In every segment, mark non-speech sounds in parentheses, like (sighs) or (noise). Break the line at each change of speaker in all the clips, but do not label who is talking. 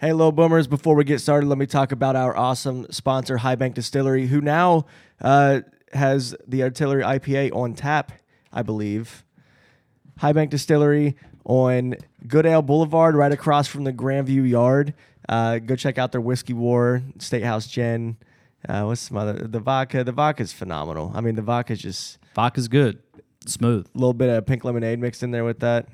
Hey, Low Boomers, before we get started, let me talk about our awesome sponsor, High Bank Distillery, who now uh, has the Artillery IPA on tap, I believe. High Bank Distillery on Goodale Boulevard, right across from the Grandview Yard. Uh, go check out their Whiskey War, Statehouse Gin. Uh, what's some other? The vodka. The vodka's phenomenal. I mean, the vodka's just
Vodka's good, smooth.
a little bit of pink lemonade mixed in there with that.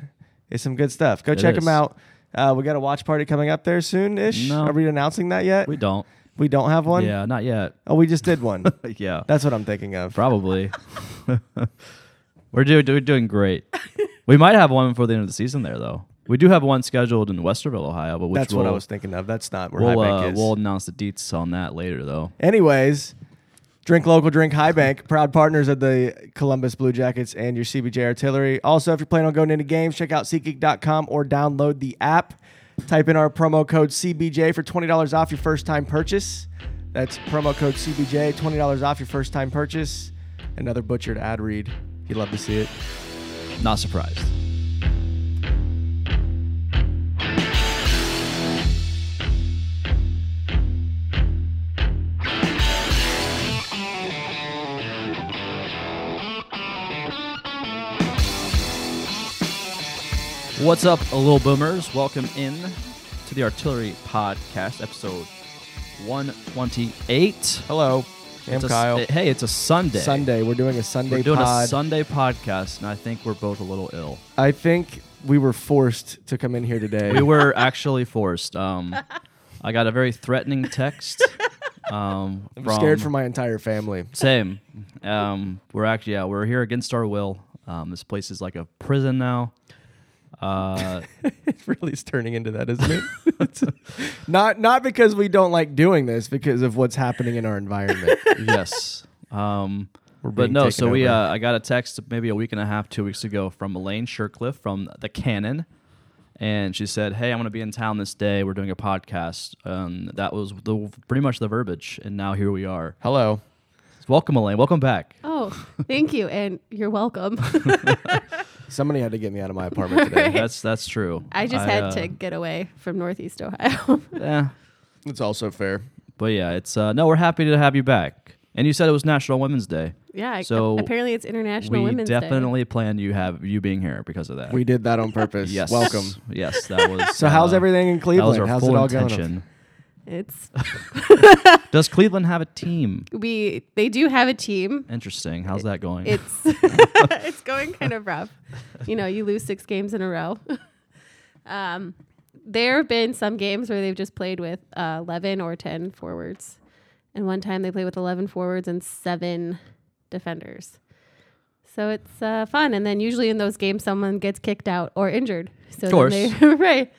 It's some good stuff. Go check
is.
them out. Uh, we got a watch party coming up there soon ish.
No.
Are we announcing that yet?
We don't.
We don't have one?
Yeah, not
(laughs)
yet.
Oh, we just did
(laughs)
one.
Yeah,
That's what I'm thinking of.
probably. (laughs) we're doing we're doing great. We might have one before the end of the season there though. We do have one scheduled in Westerville, Ohio, but which
That's
we'll,
what I was thinking of. That's not where
We'll,
High
uh,
Bank is.
we'll announce the deets on that later though.
Anyways, drink local, drink High Bank. Proud partners of the Columbus Blue Jackets and your CBJ Artillery. Also, if you're planning on going into games, check out SeatGeek.com or download the app. Type in our promo code CBJ for twenty dollars off your first time purchase. That's promo code CBJ, twenty dollars off your first time purchase. Another butchered ad read. You'd love to see it.
Not surprised. What's up, little boomers? Welcome in to the Artillery Podcast, episode 128.
Hello, I'm
It's a-
Kyle.
hey, it's a Sunday.
Sunday. We're doing a Sunday
We're doing
pod.
a Sunday podcast, and I think we're both a little ill.
I think we were forced to come in here today.
We were actually forced. Um, I got a very threatening text. Um,
(laughs) I'm
from,
scared for my entire family.
same. Um, we're actually yeah, we're here against our will. Um, this place is like a prison now.
(laughs)
Uh,
It really is turning into that, isn't (laughs) it? not not because we don't like doing this, because of what's happening in our environment.
yes. Um,
(laughs) We're
but
being
no,
taken
so we
over.
uh, I got a text maybe a week and a half, two weeks ago from Elaine Shercliffe from the Canon, and she said, "Hey, I'm going to be in town this day. We're doing a podcast." Um, that was the pretty much the verbiage, and now here we are.
Hello.
Welcome, Elaine. Welcome back.
Oh, thank you, and you're welcome. (laughs)
Somebody had to get me out of my apartment
(laughs)
today.
That's that's true.
(laughs) I just had
uh,
to get away from Northeast Ohio. (laughs)
to. Yeah,
It's also fair.
but yeah, it's uh, no. We're happy to have you back. And you said it was National Women's Day.
yeah, I-
So,
apparently it's International
we
Women's Day.
definitely planned you have you being here because of that.
We did that on purpose.
yes,
Welcome.
Yes, that
(laughs)
was. uh,
So how's everything in
That was
Cleveland?
our
How's
full
it all going?
intention.
It's
Does Cleveland have a team?
we they do have a team.
Interesting. How's that going?
It's it's going kind of rough. You know, you lose six games in a row. (laughs) um, there have been some games where they've just played with uh, eleven or ten forwards, and one time they played with eleven forwards and seven defenders. So it's uh, fun, and then usually in those games, someone gets kicked out or injured. So
Of course.
then they (laughs) right.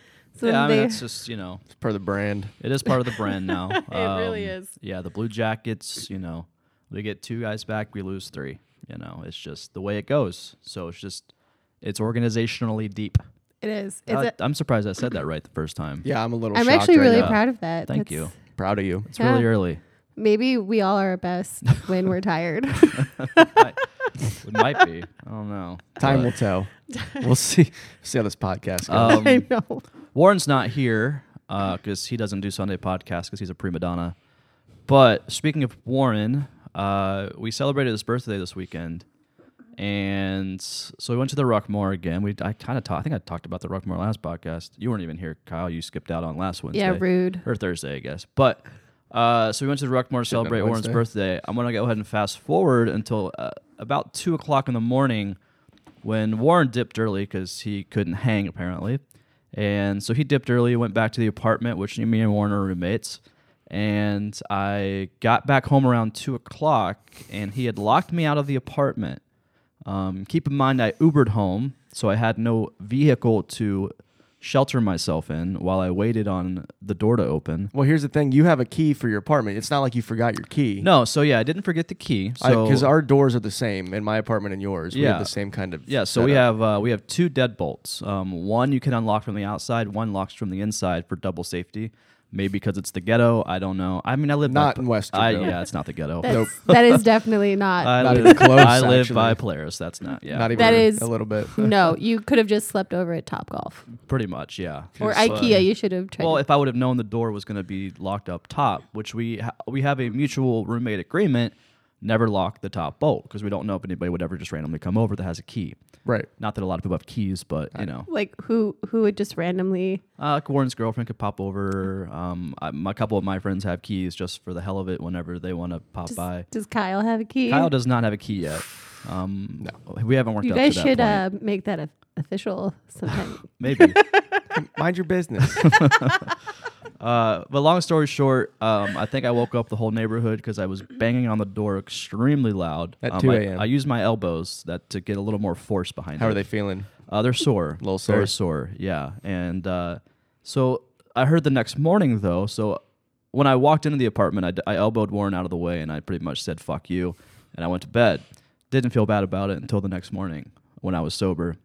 (laughs)
So
yeah, I
then
mean,
they-
it's just you know,
It's per the brand.
it is part of the brand
(laughs)
now. it
really is.
Yeah, the Blue Jackets. You know, we get two guys back, we lose three. You know, it's just the way it goes. So it's just, it's organizationally deep.
(laughs) it is. It's
I,
a,
I'm surprised I said that right the first time.
Yeah, I'm a little.
I'm
shocked
actually
right
really
now.
proud of that.
Thank
That's-
you.
proud of you.
It's really
Yeah. (laughs)
early.
Maybe we all are
(laughs)
best when we're tired. (laughs)
I, it might be. I don't know.
Time will
But, (laughs)
tell. we'll see. See how this podcast goes.
(laughs)
um,
I know.
Warren's not here because he doesn't do Sunday podcast because he's a prima donna. But speaking of Warren, uh, we celebrated his birthday this weekend, and so we went to the Rockmore again. We I kind of talked. I think I talked about the Rockmore last podcast. You weren't even here, Kyle. You skipped out on last Wednesday.
Yeah, rude.
Or Thursday, I guess. But uh, so we went to the Ruckmore to celebrate Warren's
Wednesday.
birthday. I'm going to go ahead and fast forward until uh, about 2 o'clock in the morning when Warren dipped early because he couldn't hang, apparently. And so he dipped early, went back to the apartment, which me and Warren are roommates. And I got back home around 2 o'clock, and he had locked me out of the apartment. Um, keep in mind, I Ubered home, so I had no vehicle to shelter myself in while I waited on the door to open.
well, here's the thing. You have a key for your apartment. It's not like you forgot your key.
No, so yeah, I didn't forget the key. So
because our doors are the same in my apartment and yours. We have
Yeah.
the same kind of.
yeah, so we
setup.
have uh, we have two deadbolts. Um, one you can unlock from the outside, one locks from the inside for double safety. Maybe because it's the ghetto. I don't know. I mean, I live
Not
by,
in West
I,
Tacoma.
yeah, it's not the ghetto.
That's, (laughs) That is definitely not.
I
Not
live,
even close,
I live by
actually.
Polaris. That's not. Yeah,
Not e- even
That is-
a little (laughs) bit.
(laughs) no, you could have just slept over at Top Golf
pretty much. Yeah.
or
But-
IKEA. You should have tried.
Well,
to-
if I would have known the door was going to be locked up top, which we ha- we have a mutual roommate agreement, never lock the top bolt because we don't know if anybody would ever just randomly come over that has a key.
Right.
Not that a lot of people have keys, but you know,
like who who would just randomly?
uh, like Warren's girlfriend could pop over. Um, I, my couple of my friends have keys just for the hell of it whenever they want to pop
Does,
by.
does Kyle have a key?
Kyle does not have a key
(sighs)
yet. Um, we haven't worked
you
out
guys
to that
should
point.
uh, make that a- official
(laughs)
sometime.
Maybe.
(laughs)
Mind your business.
Uh, but long story short, um, I think I woke up the whole neighborhood because I was banging on the door extremely loud.
At
Um,
2
I-
a.m..
I, used my elbows that to get a little more force
(laughs)
behind.
How
it.
are they feeling?
Uh, they're sore.
Little
Very sore. Yeah. And uh, so I heard the next morning though. So when I walked into the apartment, I, d- I elbowed Warren out of the way and I pretty much said "fuck you," and I went to bed. Didn't feel bad about it until the next morning when I was sober.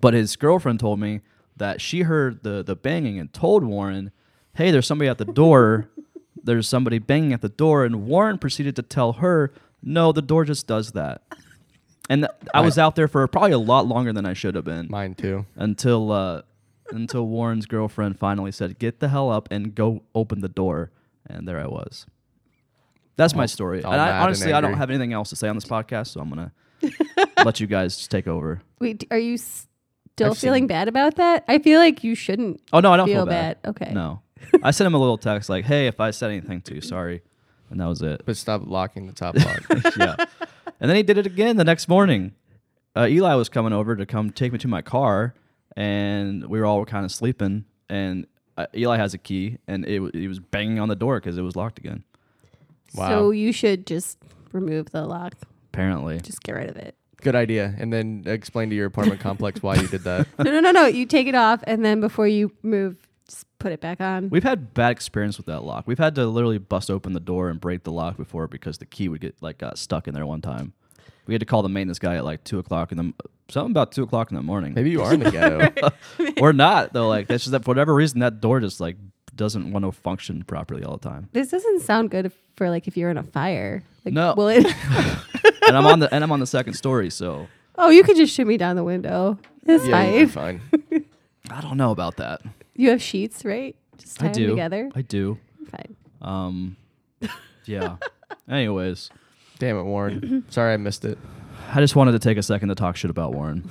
But his girlfriend told me that she heard the the banging and told Warren, "Hey, there's somebody at the door. (laughs) there's somebody banging at the door." And Warren proceeded to tell her, "No, the door just does that." And th- I was out there for probably a lot longer than I should have been
Mine too.
until uh, until Warren's girlfriend finally said, "Get the hell up and go open the door," and there I was. That's my story.
all
and
mad
I,
and
honestly, I don't
angry.
have anything else to say on this podcast, so I'm
(laughs)
gonna let you guys just take over.
Wait, are you still
I've seen-
feeling bad about that? I feel like you shouldn't.
Oh no, I don't feel,
Feel
bad.
bad. Okay.
No, I sent him a little text like, "Hey, if I said anything to you, sorry," and that was it.
But stop locking the top (laughs) lock.
(laughs) yeah. And then he did it again the next morning. Uh, Eli was coming over to come take me to my car, and we were all kind of sleeping. And uh, Eli has a key, and it w- he was banging on the door because it was locked again.
Wow.
So you should just remove the lock.
Apparently,
Just get rid of it. (laughs)
Good idea. And then explain to your apartment complex why you did that.
No, no, no, no. You take it off, and then before you move, just put it back on.
we've had bad experience with that lock. We've had to literally bust open the door and break the lock before because the key would get like got stuck in there one time. We had to call the maintenance guy at like two o'clock in the m- something about two o'clock in the
(laughs)
morning.
Maybe you are in the (laughs) ghetto.
or not though. Like that's just that for whatever reason that door just like doesn't want to function properly all the time.
This doesn't sound good for like if you're in a fire. Like,
No.
Will it? (laughs)
and I'm on the and I'm on the second story, so
oh, you could just shoot me down the window. It's
yeah, you'd be
fine.
fine.
I don't know about that.
You have sheets, right? Just
I
tie them
do.
together.
I do. (laughs)
Fine. (laughs)
Um, yeah. Anyways,
Damn it, (laughs) Warren. Sorry I missed it.
I just wanted to take a second to talk shit about Warren.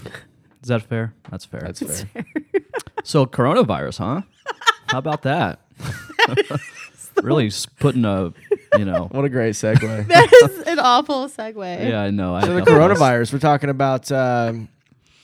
Is that fair? That's fair.
That's fair.
so coronavirus, huh? How about
(laughs)
that? really s- putting a, you know.
What a great (laughs) segue.
That is an awful segue.
Yeah, I know. I
So the
definitely-
coronavirus. We're talking about. Um,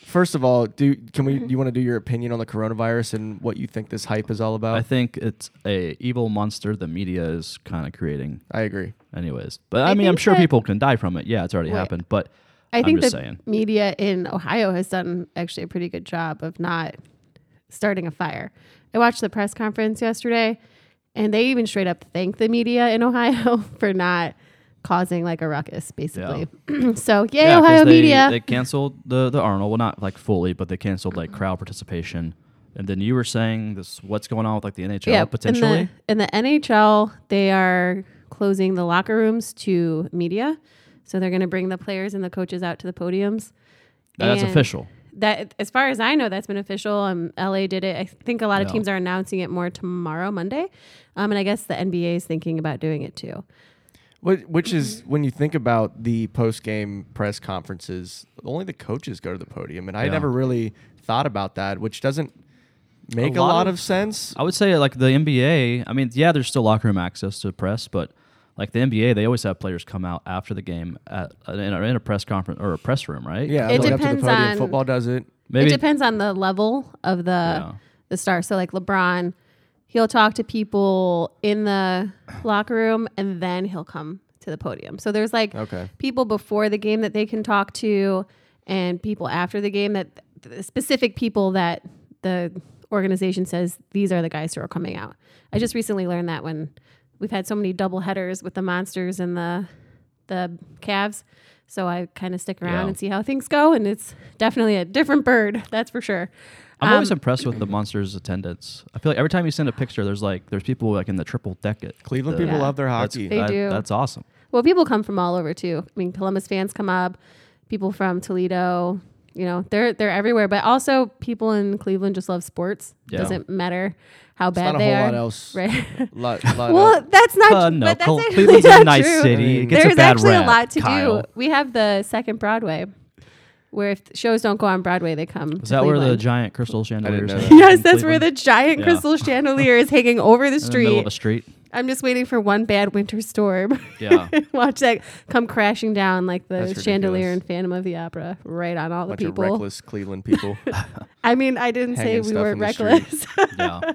first of all, do can we? You want to do your opinion on the coronavirus and what you think this hype is all about? I,
I think it's a evil monster the media is kind of creating.
agree.
Anyways, but
I
I, mean, I'm
think
sure
that-
people can die from it. Yeah, it's already
Wait.
happened. But
I think
I'm just
the
saying.
media in Ohio has done actually a pretty good job of not starting a fire. I watched the press conference yesterday, and they even straight up thanked the media in (laughs) Ohio for not causing like a ruckus, basically. (clears throat) so, yay,
Yeah, 'cause
Ohio
they,
media.
They canceled the the Arnold. Well, not like fully, but they canceled like crowd participation. And then you were saying this: what's going on with like the NHL potentially?
In the, in the NHL, they are closing the locker rooms to media. So they're going to bring the players and the coaches out to the podiums.
Now, that's
And
official.
That, as far as I know, that's been official. Um, LA did it. I think a lot of
Yeah.
teams are announcing it more tomorrow, Monday. Um, and I guess the NBA is thinking about doing it too.
What, which is
Mm-hmm.
when you think about the post game press conferences, only the coaches go to the podium, and I
Yeah.
never really thought about that, which doesn't make a lot,
lot
of,
of-
sense.
I would say like the NBA. I mean, yeah, there's still locker room access to press, but like the NBA, they always have players come out after the game at, in, a, in a press conference or a press room, right?
Yeah,
It
going up to
depends
the podium.
on-
Football does it.
Maybe
It depends on the level of the
Yeah.
the star. So like LeBron, he'll talk to people in the locker room and then he'll come to the podium. So there's like
Okay.
people before the game that they can talk to and people after the game that the specific people that the organization says these are the guys who are coming out. I just recently learned that when we've had so many double headers with the monsters and the the Cavs So I kind of stick around
Yeah.
and see how things go, and it's definitely a different bird, that's for sure.
I'm always
Um,
impressed with the monsters' attendance. I feel like every time you send a picture, there's like there's people like in the triple deck it.
Cleveland
the-
people
Yeah.
love their
that's-
hockey.
They
that-
do.
That's awesome.
Well, people come from all over too. I mean, Columbus fans come up, people from Toledo. You know, they're they're everywhere. But also, people in Cleveland just love sports.
Yeah.
Doesn't matter how
It's
bad
not a
they
whole
are.
lot else.
(laughs) Right. (laughs)
Lot, lot
well,
of-
that's not.
Uh,
tr-
no,
but that's
Col-
actually
Cleveland's
not
a nice
true.
city. It gets
There's
a bad
actually
rap,
a lot to
Kyle.
do. We have the second Broadway, where if shows don't go on Broadway, they come.
Is
to
that where the
Cleveland.
giant crystal chandeliers?
know
hang
that.
in
Yes, that's where the
Cleveland?
giant
Yeah.
crystal chandelier is hanging over the
in the middle
street.
of a street.
(laughs) I'm just waiting for one bad winter storm. (laughs)
Yeah.
Watch that come crashing down like the
That's
chandelier
ridiculous.
in Phantom of the Opera, right on all the
bunch of
people.
reckless Cleveland
(laughs)
people.
I mean, I didn't say
Hanging
we
stuff
were
in the street.
reckless. (laughs)
Yeah.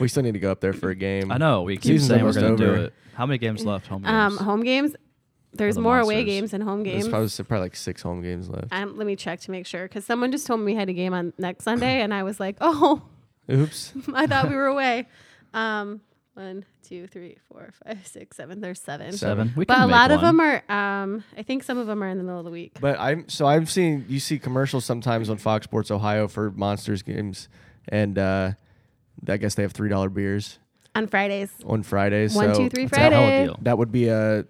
we still need to go up there for a game.
I know. We keep
Season's
saying we're
almost
going to do
over.
it. How many games left? Home games.
um, home games. There's
the
more away
Monsters.
games than home games.
There's probably, probably like six home games left.
Um, let me check to make sure because someone just told me we had a game on next Sunday, and I was like, (laughs) oh,
Oops.
I thought we were away. Um, one, two, three, four, five, six, seven. There's seven.
Seven. We
but
can
a
make
lot of
one.
them are. Um, I think some of them are in the middle of the week.
But I'm so I'm seeing you see commercials sometimes on Fox Sports Ohio for monsters games, and uh, I guess they have three dollar beers
On Fridays,
on Fridays.
one,
so
two, three,
It's a hell of a
Friday.
deal.
That would be a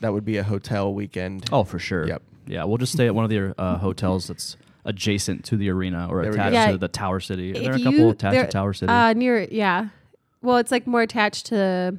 that would be a hotel weekend.
Oh, for sure.
Yep.
Yeah, we'll just stay at one of the uh, hotels that's adjacent to the arena or
There we go.
attached
Yeah.
to the Tower City. There
If
are there a couple
you-
attached
there-
to Tower City.
Uh, near yeah. Well, it's like more attached to,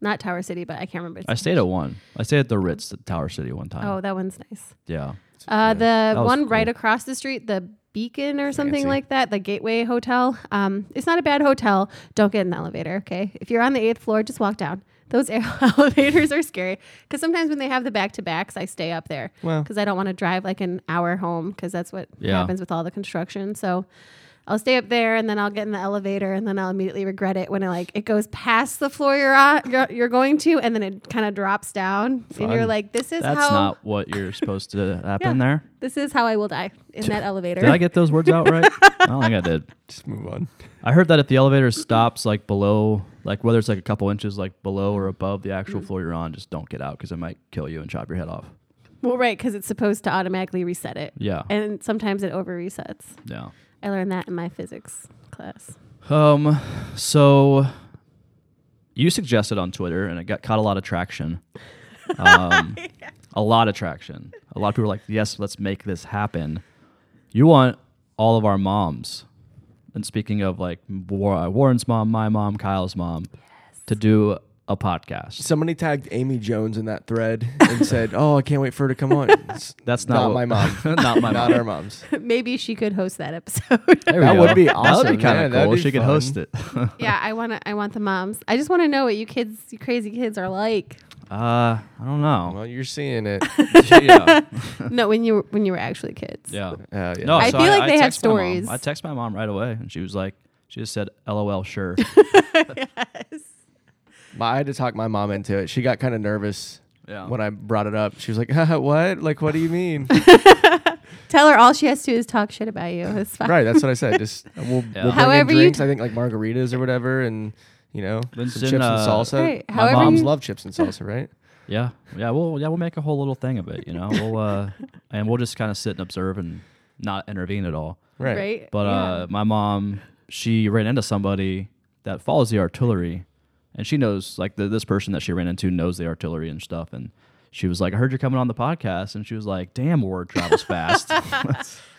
not Tower City, but I can't remember.
I stayed at one. I stayed at the Ritz, the Tower City, one time.
Oh, that one's nice.
yeah.
Uh, the
was
one right
cool.
across the street, the Beacon or something
Fancy.
like that, the Gateway Hotel. Um, it's not a bad hotel. Don't get in the elevator, okay? If you're on the eighth floor, just walk down. Those (laughs) elevators are scary because sometimes when they have the back to backs, I stay up there
Well.
because I don't want to drive like an hour home because that's what
Yeah.
happens with all the construction. So I'll stay up there and then I'll get in the elevator and then I'll immediately regret it when it like it goes past the floor you're on, you're, you're going to and then it kind of drops down and you're
Fun.
like, this is
That's
how
not what you're supposed
(laughs)
to happen
Yeah.
there.
this is how I will die in that elevator.
Did I get those words out right? I don't think I did.
Just move on.
I heard that if the elevator stops like below, like whether it's like a couple inches like below or above the actual floor you're on, just don't get out because it might kill you and chop your head off.
well, right, because it's supposed to automatically reset it.
Yeah.
And sometimes it over resets.
Yeah.
I learned that in my physics class. (laughs)
Um, so you suggested on Twitter, and it got caught a lot of
(laughs)
traction. Um, A lot of traction. A lot of people are like, "Yes, let's make this happen." You want all of our moms, and speaking of like War- uh, Warren's mom, my mom, Kyle's mom, to do a podcast.
Somebody tagged Amy Jones in that thread
(laughs)
and said, "Oh, I can't wait for her to come on." It's
(laughs) That's not, what-
my mom.
(laughs) not my
not
mom.
our moms.
Maybe she could host
(laughs)
that episode.
There we
That
go.
would be
That
awesome.
would be kind
Yeah,
of
that'd
cool.
be
She could
fun.
host it.
(laughs) yeah, I want to. I want the moms. I just want to know what you kids, you crazy kids,
(laughs)
are like.
uh, I
(laughs)
don't know.
Well, you're seeing it.
(laughs) yeah.
no, when you were, when you were actually kids.
Yeah.
Uh, yeah.
No,
I
so
feel like they have
text my mom.
stories.
I text my mom right away, and she was like, she just said, "LOL, sure."
My- I had to talk my mom into it. She got kind of nervous
Yeah.
when I brought it up. She was like, (laughs) Haha, "What? Like, what do you
(laughs)
mean?"
Tell her all she has to do is talk shit about you. It's fine.
right. That's what I said.
(laughs)
Just we'll, we'll bring
However
in
you
drinks.
t-
I think like margaritas or whatever, and you know, some
Vincent,
chips and
uh,
salsa.
Right.
my
However,
Moms
you-
love chips and salsa,
(laughs)
right?
yeah, yeah. We'll yeah we'll make a whole little thing of it, you know. We'll
(laughs)
uh, and we'll just kind of sit and observe and not intervene at all.
Right.
right?
But uh, my mom, she ran into somebody that follows the artillery, and she knows like the, this person that she ran into knows the artillery and stuff. And she was like, "I heard you're coming on the podcast," and she was like, "Damn, word travels
(laughs)
fast." (laughs)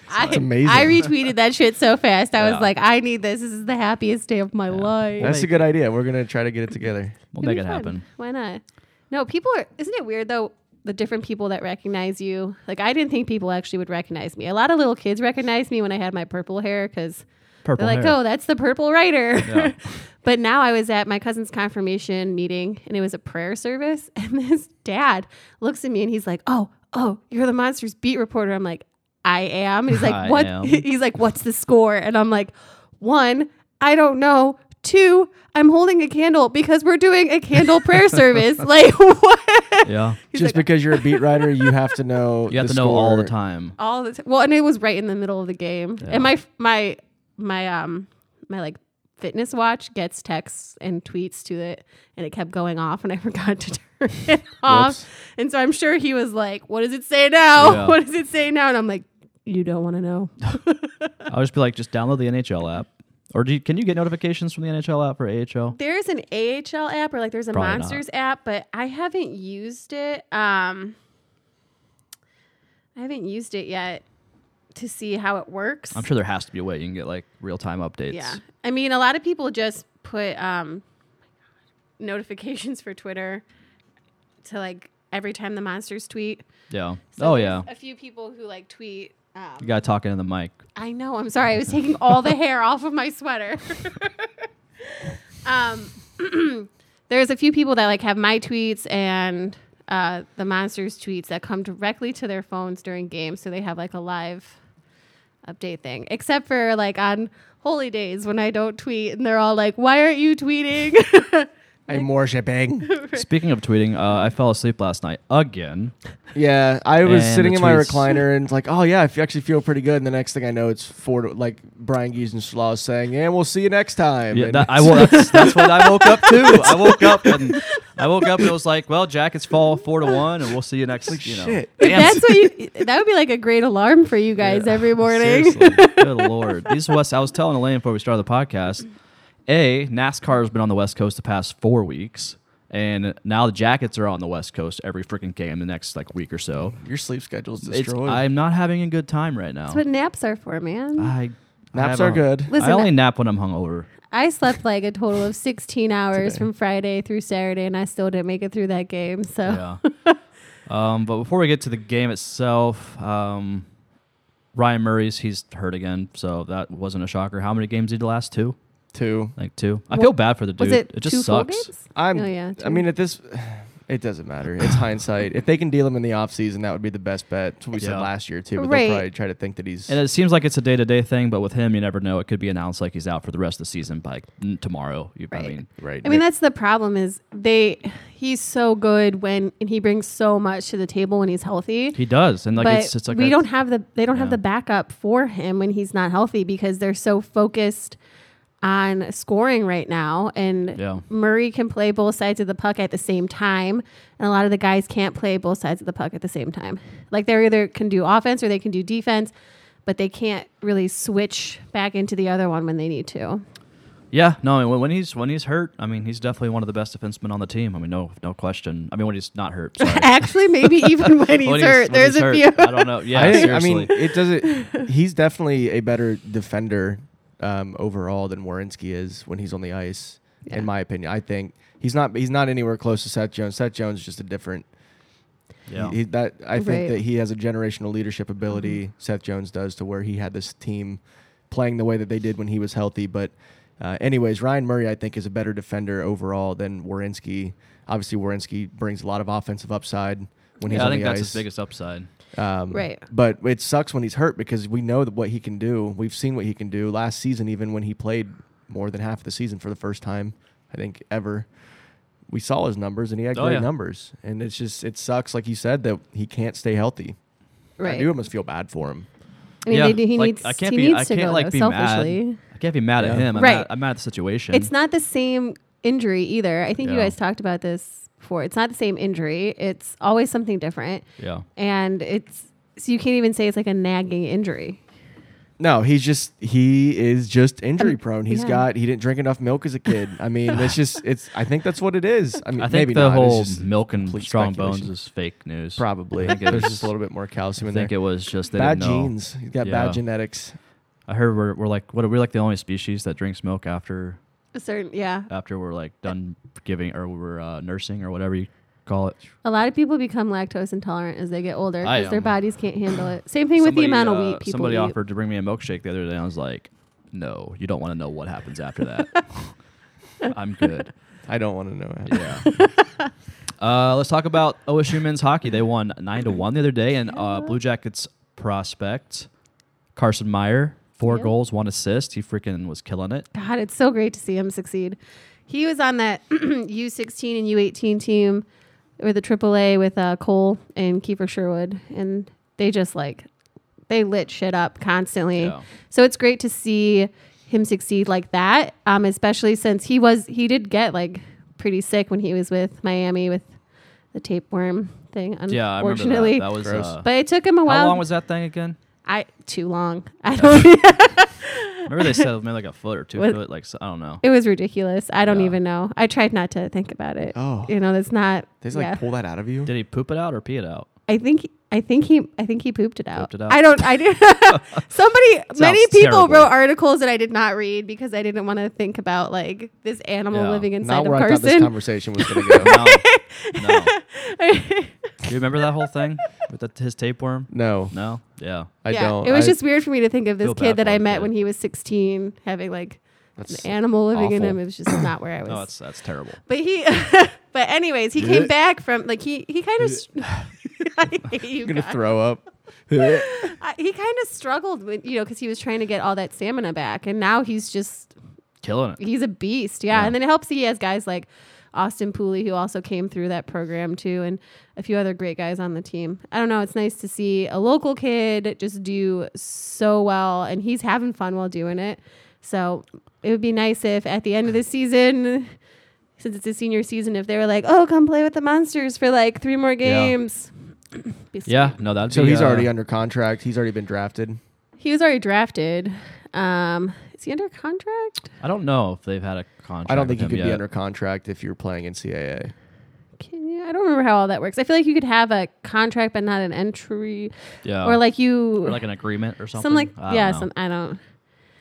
I,
amazing.
I retweeted that shit so fast. I
Yeah.
was like, I need this. This is the happiest day of my life.
That's a good idea. We're gonna try to get it together.
We'll
It'd
make
be
it
fun.
happen.
Why not? No, people are. Isn't it weird though? The different people that recognize you. Like I didn't think people actually would recognize me. A lot of little kids recognized me when I had my purple hair because
Purple
they're like,
hair.
"Oh, that's the purple writer."
Yeah.
(laughs) but now I was at my cousin's confirmation meeting and it was a prayer service, (laughs) and this dad looks at me and he's like, "Oh, oh, you're the monsters beat reporter." I'm like, "I am." He's
I
like, "What?"
am.
(laughs) He's like, "What's the score?" And I'm like, "One, I don't know." Two, I'm holding a candle because we're doing a candle prayer service. (laughs) Like what?
yeah,
He's
Just
like, (laughs)
because you're a beat writer, you have to know.
(laughs) you have
the
to know all the
score.
time.
all the time. Well, and it was right in the middle of the game.
Yeah.
And my my my um my like fitness watch gets texts and tweets to it, and it kept going off, and I (laughs) forgot to turn it off.
Whoops.
And so I'm sure he was like, "What does it say now?
Yeah.
(laughs) What does it say now?" And I'm like, "You don't want
(laughs)
to know."
I'll just be like, just download the NHL app. Or do you, can you get notifications from the NHL app or AHL?
There's an AHL app or like there's a
Probably not.
Monsters app, but I haven't used it. Um, I haven't used it yet to see how it works.
I'm sure there has to be a way you can get like real time updates.
Yeah. I mean, a lot of people just put um, notifications (laughs) for Twitter to like every time the monsters tweet.
Yeah.
So
oh
there's
yeah.
A few people who like tweet.
You
Um,
got talking in the
(laughs)
mic.
I know. I'm sorry. I was taking all the hair off of my sweater. um, (clears throat) there's a few people that like have my tweets and uh, the monsters tweets that come directly to their phones during games, so they have like a live update thing. Except for like on holy days when I don't tweet, and they're all like, "Why aren't you tweeting?" (laughs)
I'm worshiping.
Speaking of tweeting, uh, I fell asleep last night again.
yeah, I was
And
sitting
the
in my
tweets.
recliner and it's like, oh yeah, I f- actually feel pretty good. And the next thing I know, it's Ford, like Brian Giesenschlaw saying, "And we'll see you next time."
Yeah,
And
that, I wo- that's, that's what I woke up to. I woke up and I woke up and it was like, well, Jack, it's fall four to one, and we'll see you next. you know,
shit.
Damn.
That's what you. That would be like a great alarm for you guys
Yeah.
every morning. (laughs)
Seriously. Good lord. These West I was telling Elaine before we started the podcast. A, NASCAR has been on the West Coast the past four weeks. And now the jackets are on the West Coast every freaking game the next like week or so.
your sleep schedule's
It's,
destroyed.
I'm not having a good time right now.
That's what naps are for, man.
I I
Naps
have
are
a-
good.
Listen,
I only nap when I'm hungover.
I slept like a total of 16 hours
Today.
from Friday through Saturday, and I still didn't make it through that game. So,
Yeah. (laughs) um, but before we get to the game itself, um, Ryan Murray's he's hurt again, so that wasn't a shocker. How many games did he last? Two,
too.
like two. I
Wha-
feel bad for the dude.
(laughs) was it,
just
two
sucks.
full games?
I'm.
Oh, yeah,
I
true.
mean, at this, (sighs) it doesn't matter.
(coughs)
It's hindsight. If they can deal him in the offseason, that would be the best bet. That's what we said
Yeah.
last year too. But
Right.
they'll probably try to think that he's.
And it seems like it's a day to day thing, but with him, you never know. It could be announced like he's out for the rest of the season by like, n- tomorrow. You, I
Right.
mean,
right.
I mean,
Nick-
that's the problem is they he's so good when and he brings so much to the table when he's healthy.
he does, and like
but
it's, it's like
we
a-
don't have the they don't have
yeah.
the backup for him when he's not healthy because they're so focused on scoring right now and
Yeah.
Murray can play both sides of the puck at the same time and a lot of the guys can't play both sides of the puck at the same time. Like they either can do offense or they can do defense, but they can't really switch back into the other one when they need to. (laughs)
Yeah, no. I mean, when- when he's when he's hurt, I mean, he's definitely one of the best defensemen on the team. I mean, no, no question. I mean, when he's not hurt, sorry. (laughs)
Actually, maybe even (laughs) when he's
When when
hurt, there's
he's
a
hurt,
few.
(laughs) I
(laughs)
don't know. Yeah,
I, think- I mean,
seriously.
it doesn't. He's definitely a better defender um, overall than Warinsky is when he's on the ice.
Yeah.
In my opinion, I think he's not. He's not anywhere close to Seth Jones. Seth Jones is just a different.
yeah.
He, that I think
Right.
that he has a generational leadership ability. Seth Jones does to where he had this team playing the way that they did when he was healthy. But, uh, anyways, Ryan Murray I think is a better defender overall than Warinsky. Obviously, Warinsky brings a lot of offensive upside when he's
Yeah, I
on
think
the
that's
ice.
his biggest upside.
Um,
Right.
But it sucks when he's hurt because we know that what he can do. We've seen what he can do last season, even when he played more than half the season for the first time, I think ever. We saw his numbers and he had
Oh,
great
yeah.
numbers. And it's just, it sucks, like you said, that he can't stay healthy. I
Right.
do almost feel bad for him.
I mean,
yeah,
they do- he
like,
needs
I can't
he
be,
needs
I
to
can't
go
like
though,
be
selfishly.
mad. I can't be mad
Yeah.
at him. I'm,
Right.
mad, I'm mad at the situation.
It's not the same injury either. I think you
Yeah.
guys talked about this before. It's not the same injury. It's always something different,
Yeah,
and it's so you can't even say it's like a nagging injury.
No, he's just, he is just injury prone. He's
Um, yeah.
got, he didn't drink enough milk as a kid. I mean, it's
(laughs)
just, it's, I think that's what it is. I mean,
I think
maybe
the
not. It's
whole
just
milk and
complete
strong bones
speculation.
is fake news.
Probably.
I think it
There's
was-
just a little bit more calcium
I
in there.
think it was just they
bad
didn't know.
genes. He's got
Yeah.
bad genetics.
I heard we're, we're like what are we like the only species that drinks milk after
A certain, yeah.
after we're like done giving or we're uh, nursing or whatever you call it.
A lot of people become lactose intolerant as they get older
I
because their
am.
bodies can't handle it. Same thing with the amount of wheat people
somebody
eat.
offered to bring me a milkshake the other day. I was like, no, you don't want to know what happens after that.
(laughs)
I'm good.
I don't want to know. How.
Yeah. uh, let's talk about OSU men's hockey. They won nine to one the other day, and uh, Blue Jackets prospect Carson Meyer four
Yeah.
goals, one assist. He freaking was killing it.
God, it's so great to see him succeed. He was on that (clears throat) U16 and U18 team or the AAA with uh, Cole and Kiefer Sherwood, and they just like they lit shit up constantly.
Yeah.
So it's great to see him succeed like that. Um, especially since he was he did get like pretty sick when he was with Miami with the tapeworm thing.
Yeah, I remember that.
Unfortunately,
That was.
Gross.
Uh,
but it took him a while.
how long was that thing again?
I too long? (laughs) I don't.
Remember they said maybe like a foot or two
What-
foot. Like so, I don't know.
it was ridiculous. I don't
Yeah.
even know. I tried not to think about it.
Oh.
you know, that's not.
They just, like
yeah.
pull that out of you.
Did he poop it out or pee it
(laughs)
out?
I think I think he I think he pooped it out.
Pooped it out.
I don't I did (laughs)
(laughs)
somebody many people
terrible.
wrote articles that I did not read because I didn't want to think about like this animal
Yeah.
living inside
Not
a
where I thought this
person.
conversation was going to go.
(laughs)
No. no. Do you remember that whole thing with the, his
(laughs)
tapeworm?
No,
No. Yeah.
I
yeah,
don't.
it was
I-
just weird for me to think of this
Feel bad
kid that
for
I
the
met
kid.
when he was 16 having like an
that's-
animal living in
awful.
him. It was just not where I
(clears throat)
was.
No, that's that's terrible.
but he (laughs) but anyways, he came back from like he he kind of (laughs) I
(laughs)
hate you
I'm going to
guys.
throw up.
(laughs) I, he kind of struggled with you know because he was trying to get all that stamina back, and now he's just
Killing it.
he's a beast. Yeah.
Yeah.
And then it helps that he has guys like Austin Pooley, who also came through that program too, and a few other great guys on the team. I don't know. It's nice to see a local kid just do so well, and he's having fun while doing it. So it would be nice if at the end of the season, since it's a senior season, if they were like, oh, come play with the Monsters for like three more games. (clears throat) Be sweet.
Yeah. No, uh, that.
So he's already under contract. He's already been drafted.
He was already drafted. Um, is he under contract?
I don't know if they've had a contract.
I don't think
with
you could
him
be
yet.
under contract if you're playing NCAA.
Can you? I don't remember how all that works. I feel like you could have a contract but not an entry,
Yeah.
or like you,
Oh. Or like an agreement or something.
some like
I don't
yeah,
know.
some I don't.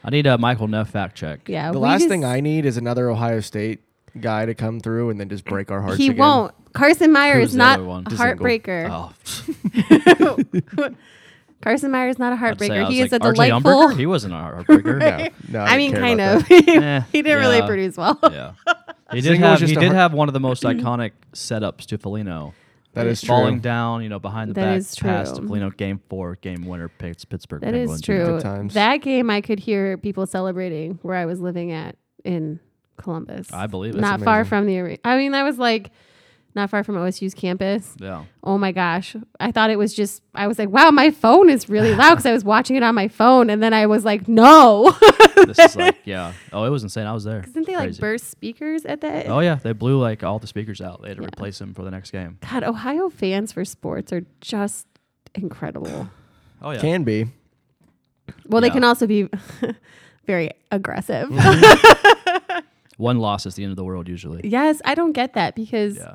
I need a Michael Neff fact check.
Yeah,
The
we
last
just-
thing I need is another Ohio State guy to come through and then just break our hearts.
he
again.
won't. Carson Meyer
Who's
is
the
not
other one?
a
Dzingel.
heartbreaker. (laughs)
Oh,
Carson Meyer is not a
I'd say I
heartbreaker.
was
He is
like,
a
RJ
delightful.
Umberger? (laughs) He wasn't a
(laughs)
heartbreaker.
No, no,
I,
don't
mean,
care
kind
about
of.
that.
(laughs) he
Eh,
didn't really
yeah. (laughs)
produce well.
Yeah.
(laughs)
He did
Dzingel was
have
just
he
a
did
har-
have one of the
(clears throat)
most iconic setups to Felino.
That is
Falling
true.
down, you know, behind the
That
back
is
pass to
true.
Felino, game four, game winner, Pitts- Pittsburgh
That
Penguins.
is
you know.
true.
times.
That game, I could hear people celebrating where I was living at in Columbus.
I believe it.
not far from the arena. I mean, that was like not far from OSU's campus.
Yeah.
oh my gosh i thought it was just i was like wow my phone is really loud because i was watching it on my phone and then i was like no (laughs)
This is like, yeah. Oh, it was insane. I was there.
didn't they like
Crazy.
burst speakers at that
Oh, yeah. They blew like all the speakers out. They had to replace them for the next game.
god ohio fans for sports are just
(sighs)
incredible
Oh, yeah.
Can be.
well they
Yeah.
can also be (laughs) very
(laughs)
aggressive (laughs)
One loss is the end of the world, usually.
yes i don't get that because
Yeah.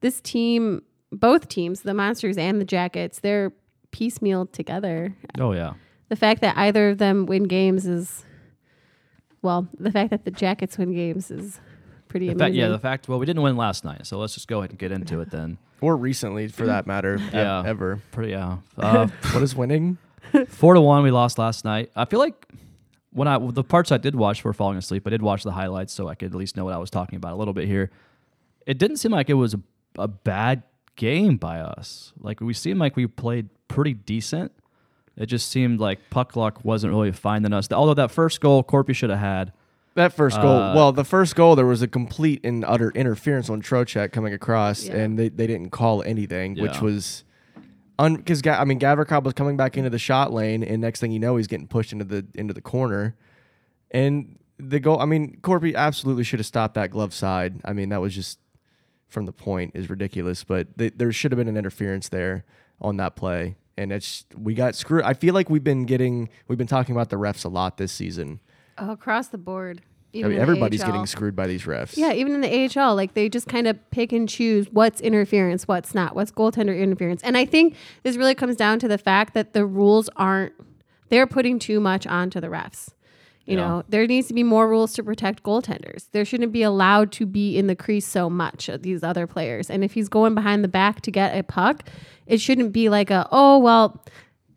this team both teams the monsters and the jackets they're piecemeal together
Oh, yeah.
the fact that either of them win games is well the fact that the jackets win games is pretty
The fact,
amazing
yeah, the fact, well, we didn't win last night, so let's just go ahead and get into it then.
Or recently, for that matter, e-
Yeah.
ever.
Pretty, yeah. Uh,
(laughs) What is winning?
four to one, we lost last night. I feel like when I, the parts I did watch were falling asleep, I did watch the highlights so I could at least know what I was talking about a little bit here. It didn't seem like it was a, a bad game by us. Like, we seemed like we played pretty decent. It just seemed like puck luck wasn't really finding us. Although that first goal, Corpy should have had.
That first goal.
Uh,
well, the first goal there was a complete and utter interference on Trocheck coming across,
Yeah.
and they, they didn't call anything, which
Yeah.
was because I mean Gavrikov was coming back into the shot lane, and next thing you know, he's getting pushed into the into the corner, and the goal. I mean, Corby absolutely should have stopped that glove side. I mean, that was just from the point is ridiculous, but th there should have been an interference there on that play. And it's we got screwed. I feel like we've been getting we've been talking about the refs a lot this season.
Oh, across the board.
I
Even
mean,
in the
everybody's
AHL.
getting screwed by these refs.
Yeah, even in the AHL, like they just kind of pick and choose what's interference, what's not, what's goaltender interference. And I think this really comes down to the fact that the rules aren't, they're putting too much onto the refs. You
Yeah.
know, there needs to be more rules to protect goaltenders. There shouldn't be allowed to be in the crease so much of these other players. And if he's going behind the back to get a puck, it shouldn't be like a, oh, well,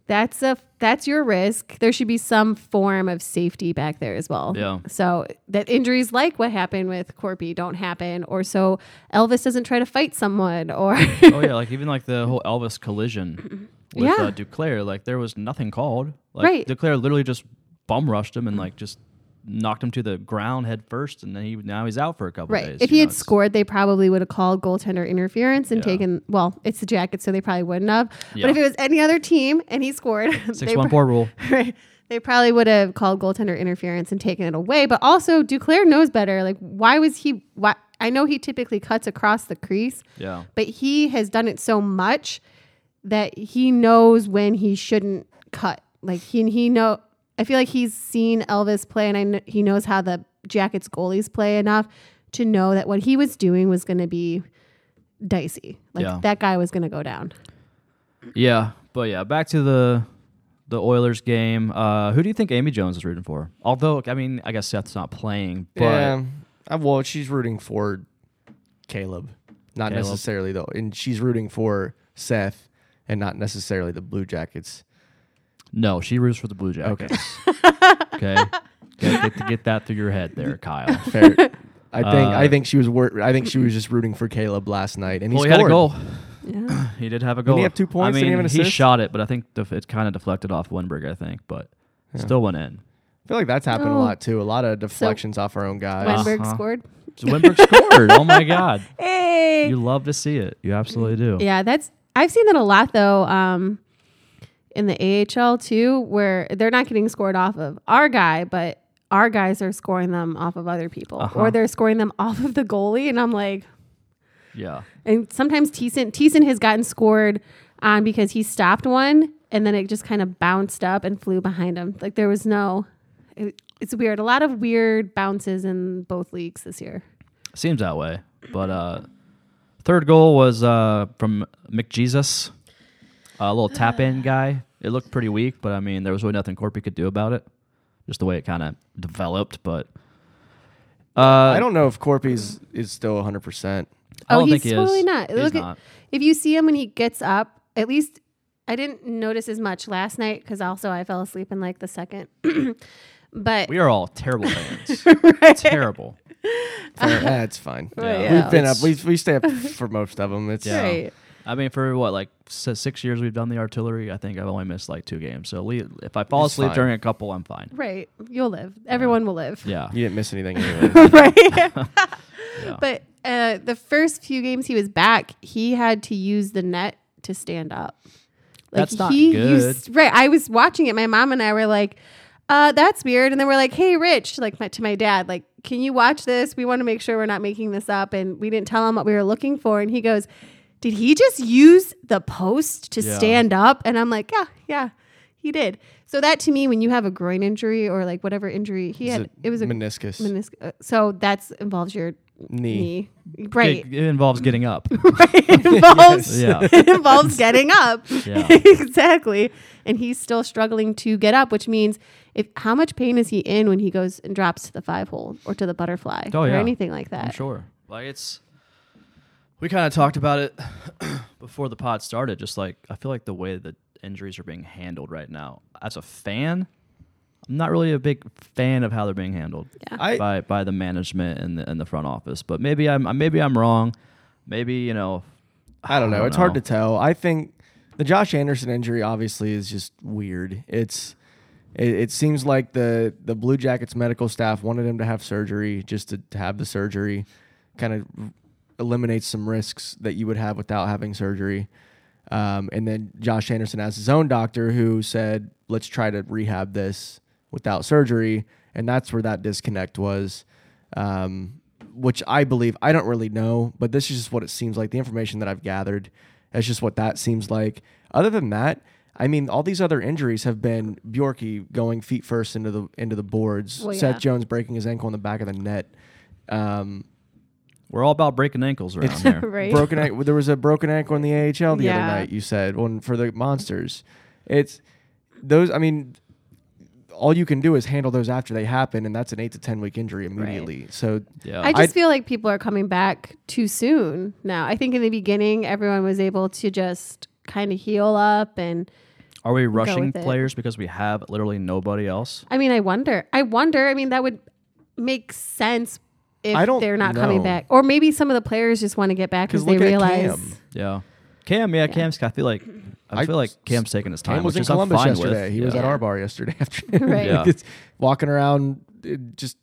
that's a that's your risk. There should be some form of safety back there as well.
Yeah.
So that injuries like what happened with Corpy don't happen, or so Elvis doesn't try to fight someone,
(laughs)
or (laughs)
oh yeah, like even like the whole Elvis collision with
Mm-hmm. Yeah.
uh, Duclair, like there was nothing called. Like
Right. Mm-hmm.
Duclair literally just bum rushed him and like just knocked him to the ground head first, and then he now he's out for a couple
right.
days.
if
you know,
he had
it's-
scored, they probably would have called goaltender interference and
Yeah.
taken. Well, it's the Jackets, so they probably wouldn't have.
Yeah.
But if it was any other team and he scored, (laughs)
six one four rule.
they, They probably would have called goaltender interference and taken it away. But also, Duclair knows better. Like, why was he? Why I know he typically cuts across the crease,
Yeah.
but he has done it so much that he knows when he shouldn't cut. Like he he know. I feel like he's seen Elvis play, and I kn- he knows how the Jackets goalies play enough to know that what he was doing was going to be dicey. Like
Yeah.
that guy was going to go down.
Yeah. But yeah, back to the the Oilers game. Uh, who do you think Amy Jones is rooting for? Although, I mean, I guess Seth's not playing, but
yeah, I, well, she's rooting for Caleb, not
Caleb.
necessarily though, and she's rooting for Seth, and not necessarily the Blue Jackets.
no, she roots for the Blue Jackets. Okay.
(laughs)
okay. Get, to get that through your head there, Kyle.
(laughs) Fair. I think
Uh,
I think she was wor- I think she was just rooting for Caleb last night, and he,
Well, he
scored.
had a goal.
Yeah.
He did have a goal.
Didn't he have two points?
I
Didn't he
mean,
have an
he
assist?
shot it, but I think def- it kind of deflected off Winberg, I think, but still went in.
I feel like that's happened a
Oh.
lot too. A lot of deflections off our own guys.
Wenberg
Uh-huh.
scored.
So Winberg scored. Oh my God.
Hey.
You love to see it. You absolutely do.
Yeah, that's I've seen that a lot though. Um, in the AHL too, where they're not getting scored off of our guy, but our guys are scoring them off of other people,
Uh-huh.
or they're scoring them (laughs) off of the goalie. And I'm like,
Yeah.
and sometimes Teason Teason has gotten scored on because he stopped one, and then it just kind of bounced up and flew behind him. Like there was no. It, it's weird. A lot of weird bounces in both leagues this year.
Seems that way. But uh, third goal was uh, from McJesus, a little tap in
(sighs)
guy. It looked pretty weak, but I mean, there was really nothing Corpy could do about it. Just the way it kind of developed. But uh,
I don't know if Corpy's is still 100.
(laughs)
percent
I don't
oh, he's
think he is.
totally not.
He's
Look at-
not.
if you see him when he gets up, at least I didn't notice as much last night because also I fell asleep in like the second. (clears throat) but
We are all
(laughs)
terrible fans. Terrible.
yeah, it's fine.
Yeah.
Yeah.
We've been up.
It's-
We, we stay
(laughs)
up for most of them. It's
Yeah. I mean, for what like s- six years we've done the artillery. I think I've only missed like two games. So we, if I fall
It's
asleep
fine.
during a couple, I'm fine.
right. You'll live. Everyone will live.
Yeah,
you didn't miss
(laughs)
anything anyway.
(laughs) right.
Yeah.
But uh, the first few games he was back, he had to use the net to stand up.
That's not
Used, right. I was watching it. My mom and I were like, uh, "That's weird," and then we're like, "Hey, Rich," like my, to my dad, like, "Can you watch this? We want to make sure we're not making this up." And we didn't tell him what we were looking for, and he goes, "Did he just use the post to
Yeah.
stand up?" And I'm like, "Yeah, yeah." He did. So that to me, when you have a groin injury or like whatever injury he
It's
had, it was a
meniscus
meniscus. uh, So that's involves your
knee.
knee, right?
It, it involves getting up.
(laughs)
(laughs)
right. It involves
Yeah.
(laughs) it involves getting up.
Yeah.
(laughs) exactly. And he's still struggling to get up, which means if how much pain is he in when he goes and drops to the five hole or to the butterfly
Oh,
or
yeah.
anything like that?
I'm sure. Like it's, we kind of talked about it (clears throat) before the pod started. Just like I feel like the way that injuries are being handled right now. As a fan, I'm not really a big fan of how they're being handled
I-
by by the management and the, and the front office. But maybe I'm maybe I'm wrong. Maybe you know.
I don't
I
know.
don't
it's hard to
know.
tell. I think the Josh Anderson injury obviously is just weird. It's it, it seems like the the Blue Jackets medical staff wanted him to have surgery just to, to have the surgery, kind of eliminates some risks that you would have without having surgery. Um, and then Josh Anderson has his own doctor who said, "Let's try to rehab this without surgery," and that's where that disconnect was. Um, which I believe I don't really know, but this is just what it seems like. The information that I've gathered, that's just what that seems like. Other than that, I mean, all these other injuries have been Bjorky going feet first into the into the boards,
Well,
Seth
yeah.
Jones breaking his ankle in the back of the net. Um,
We're all about breaking ankles around here.
(laughs) right.
broken ankle. There was a broken ankle in the AHL the
Yeah.
other night. You said one for the monsters. It's those. I mean, all you can do is handle those after they happen, and that's an eight to ten week injury immediately. So
Yeah.
I just
I'd-
feel like people are coming back too soon now. I think in the beginning, everyone was able to just kind of heal up and
Are we rushing
with it.
players because we have literally nobody else?
I mean, I wonder. I wonder. I mean, that would make sense if
I don't
they're not coming
know.
back, or maybe some of the players just want to get back because
'Cause
they
look at
realize.
Cam.
Yeah. Cam, yeah, Cam's. I feel like I,
I-
feel like Cam's taking his time,
Cam was
which
in
is I'm
Columbus
fine
yesterday.
with.
He was
Yeah.
at our bar yesterday (laughs) afternoon,
Right.
Yeah.
Just walking around, uh, just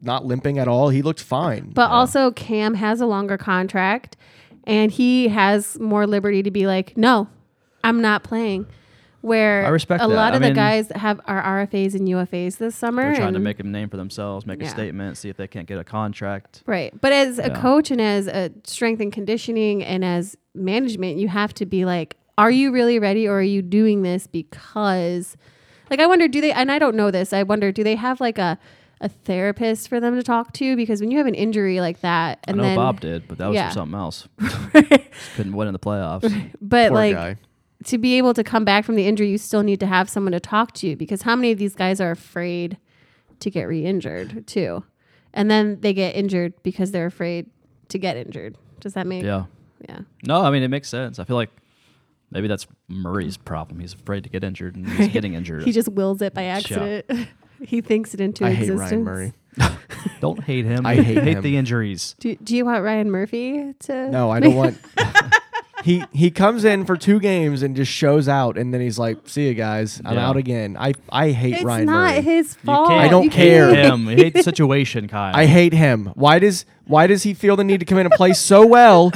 not limping at all. He looked fine.
But also, Cam has a longer contract, and he has more liberty to be like, "No, I'm not playing." where
I respect
a
that.
lot
I
of the
mean-
guys have are RFAs and UFAs this summer.
They're trying to
and-
make a name for themselves, make
Yeah.
a statement, see if they can't get a contract.
Right. But as a
Yeah.
coach and as a strength and conditioning and as management, you have to be like, are you really ready or are you doing this because like I wonder do they and I don't know this. I wonder do they have like a a therapist for them to talk to because when you have an injury like that and
I know
then
Bob did, but that was
yeah.
for something (laughs) else. Just couldn't win in the playoffs.
but
Poor
like
guy.
to be able to come back from the injury, you still need to have someone to talk to because how many of these guys are afraid to get re injured too? And then they get injured because they're afraid to get injured. Does that make
Yeah.
yeah.
No, I mean it makes sense. I feel like maybe that's Murray's problem. He's afraid to get injured and he's getting injured.
He just wills it by accident. (laughs) he thinks it into
I hate
existence.
Ryan Murray.
Don't hate him.
I hate him.
the injuries.
Do, do you want Ryan Murphy to?
No,
(laughs)
I don't want. (laughs) he he comes in for two games and just shows out, and then he's like, "See you guys, I'm
Yeah.
out again." I I hate
It's
Ryan
not
Murray.
his
You
fault.
can't
I don't
You
care.
can't-
Hate him. You hate the situation, Kyle.
I hate him. Why does why does he feel the need to come in and play so well,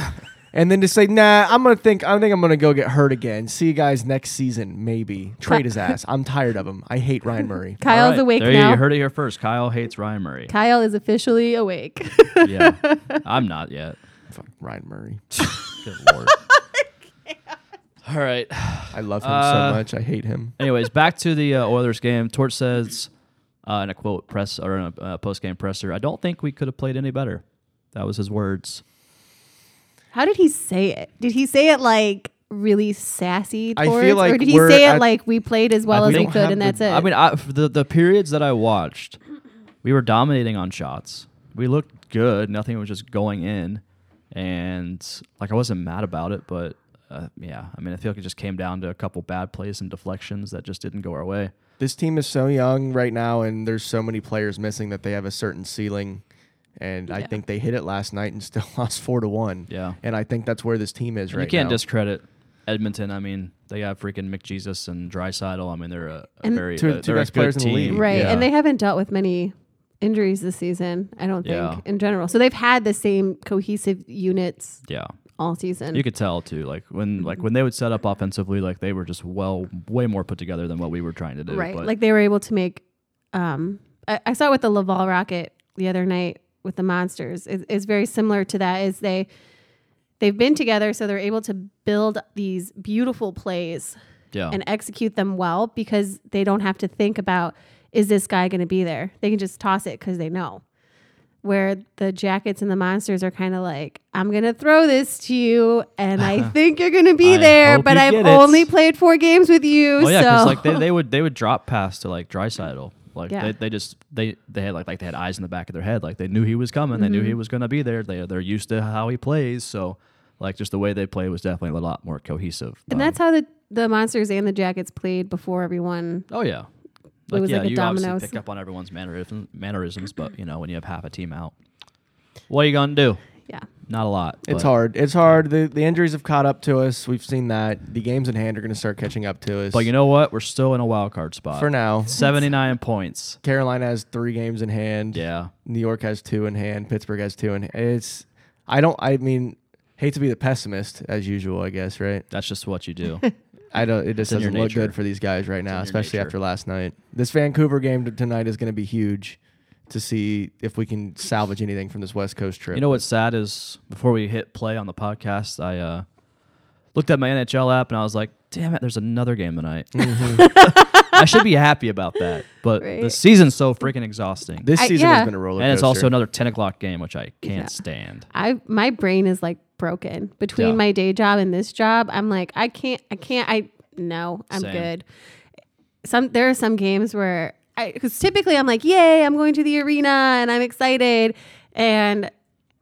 and then to say, "Nah, I'm gonna think I think I'm gonna go get hurt again. See you guys next season, maybe." Trade his ass. I'm tired of him. I hate Ryan Murray.
All
(laughs) Kyle's
right,
awake
there
now.
You heard it here first. Kyle hates Ryan
(laughs)
Murray.
Kyle is officially awake. (laughs)
yeah, I'm not yet.
Fuck Ryan Murray.
Good lord. All right.
I love him
Uh,
so much. I hate him.
Anyways, back to the uh, Oilers game. Torch says, uh, in a quote press or in a uh, post game presser, "I don't think we could have played any better." That was his words.
How did he say it? Did he say it like really sassy?
I
Towards,
feel like
or did he
we're
say it
at-
like we played as well
I
as we
think-
could and that's it?
I mean, I, for the the periods that I watched, we were dominating on shots. We looked good. Nothing was just going in, and like I wasn't mad about it, but uh, yeah, I mean, I feel like it just came down to a couple bad plays and deflections that just didn't go our way.
this team is so young right now and there's so many players missing that they have a certain ceiling and I
Yeah.
think they hit it last night and still (laughs) lost four to one.
Yeah.
And I think that's where this team is right
you can't
now.
discredit Edmonton. I mean, they got freaking McJesus and Drysidle. I mean, they're a, a
And-
very
Two of
uh,
the two
they're a
best
good
players in the
team.
league.
right.
Yeah.
And they haven't dealt with many injuries this season, I don't think,
Yeah.
in general. So they've had the same cohesive units
yeah.
all season.
You could tell too, like when like when they would set up offensively, like they were just well way more put together than what we were trying to do.
right
But
like they were able to make um i, I saw it with the laval rocket the other night with the monsters is is very similar to that is they they've been together so they're able to build these beautiful plays
yeah,
and execute them well because they don't have to think about is this guy going to be there they can just toss it because they know where the jackets and the monsters are kind of like i'm going to throw this to you
(laughs)
and i think you're going to be
I
there
hope
but
you
i've
get it."
only played four games with you
Oh yeah, because
so
like they, they would they would drop pass to like Drysidle. Like
Yeah.
they, they just they they had like like they had eyes in the back of their head. Like they knew he was coming. They knew
Mm-hmm.
he was gonna be there. They they're used to how he plays. So like just the way they play was definitely a lot more cohesive.
And
Um,
that's how the the monsters and the jackets played before everyone.
oh yeah.
It was like a
you
dominoes.
obviously pick up on everyone's mannerisms, mannerisms, but you know when you have half a team out, what are you gonna do?
Yeah,
Not a lot.
It's
but-
hard. It's hard. The the injuries have caught up to us. We've seen that. The games in hand are gonna start catching up to us.
But you know what? We're still in a wild card spot
for now.
Seventy nine points.
Carolina has three games in hand.
Yeah.
New York has two in hand. Pittsburgh has two in hand. It's I don't I mean hate to be the pessimist as usual, I guess, right?
That's just what you
(laughs)
do.
I don't. It just
in your
doesn't look
nature.
good for these guys right now,
your
especially
nature.
after last night. This Vancouver game t- tonight is going to be huge to see if we can salvage anything from this West Coast trip.
You know what's sad is before we hit play on the podcast, I uh, looked at my NHL app and I was like, "Damn it, there's another game tonight." (laughs) I should be happy about that, but the
Mm-hmm. Right.
season's so freaking exhausting,
this
I-
season
yeah.
has been a roller coaster.
and it's also another ten o'clock game, which I can't
Yeah.
stand.
I my brain is like broken between
Yeah.
my day job and this job. I'm like, I can't, I can't, I no, I'm
Same.
good. Some there are some games where I because typically I'm like, yay, I'm going to the arena and I'm excited, and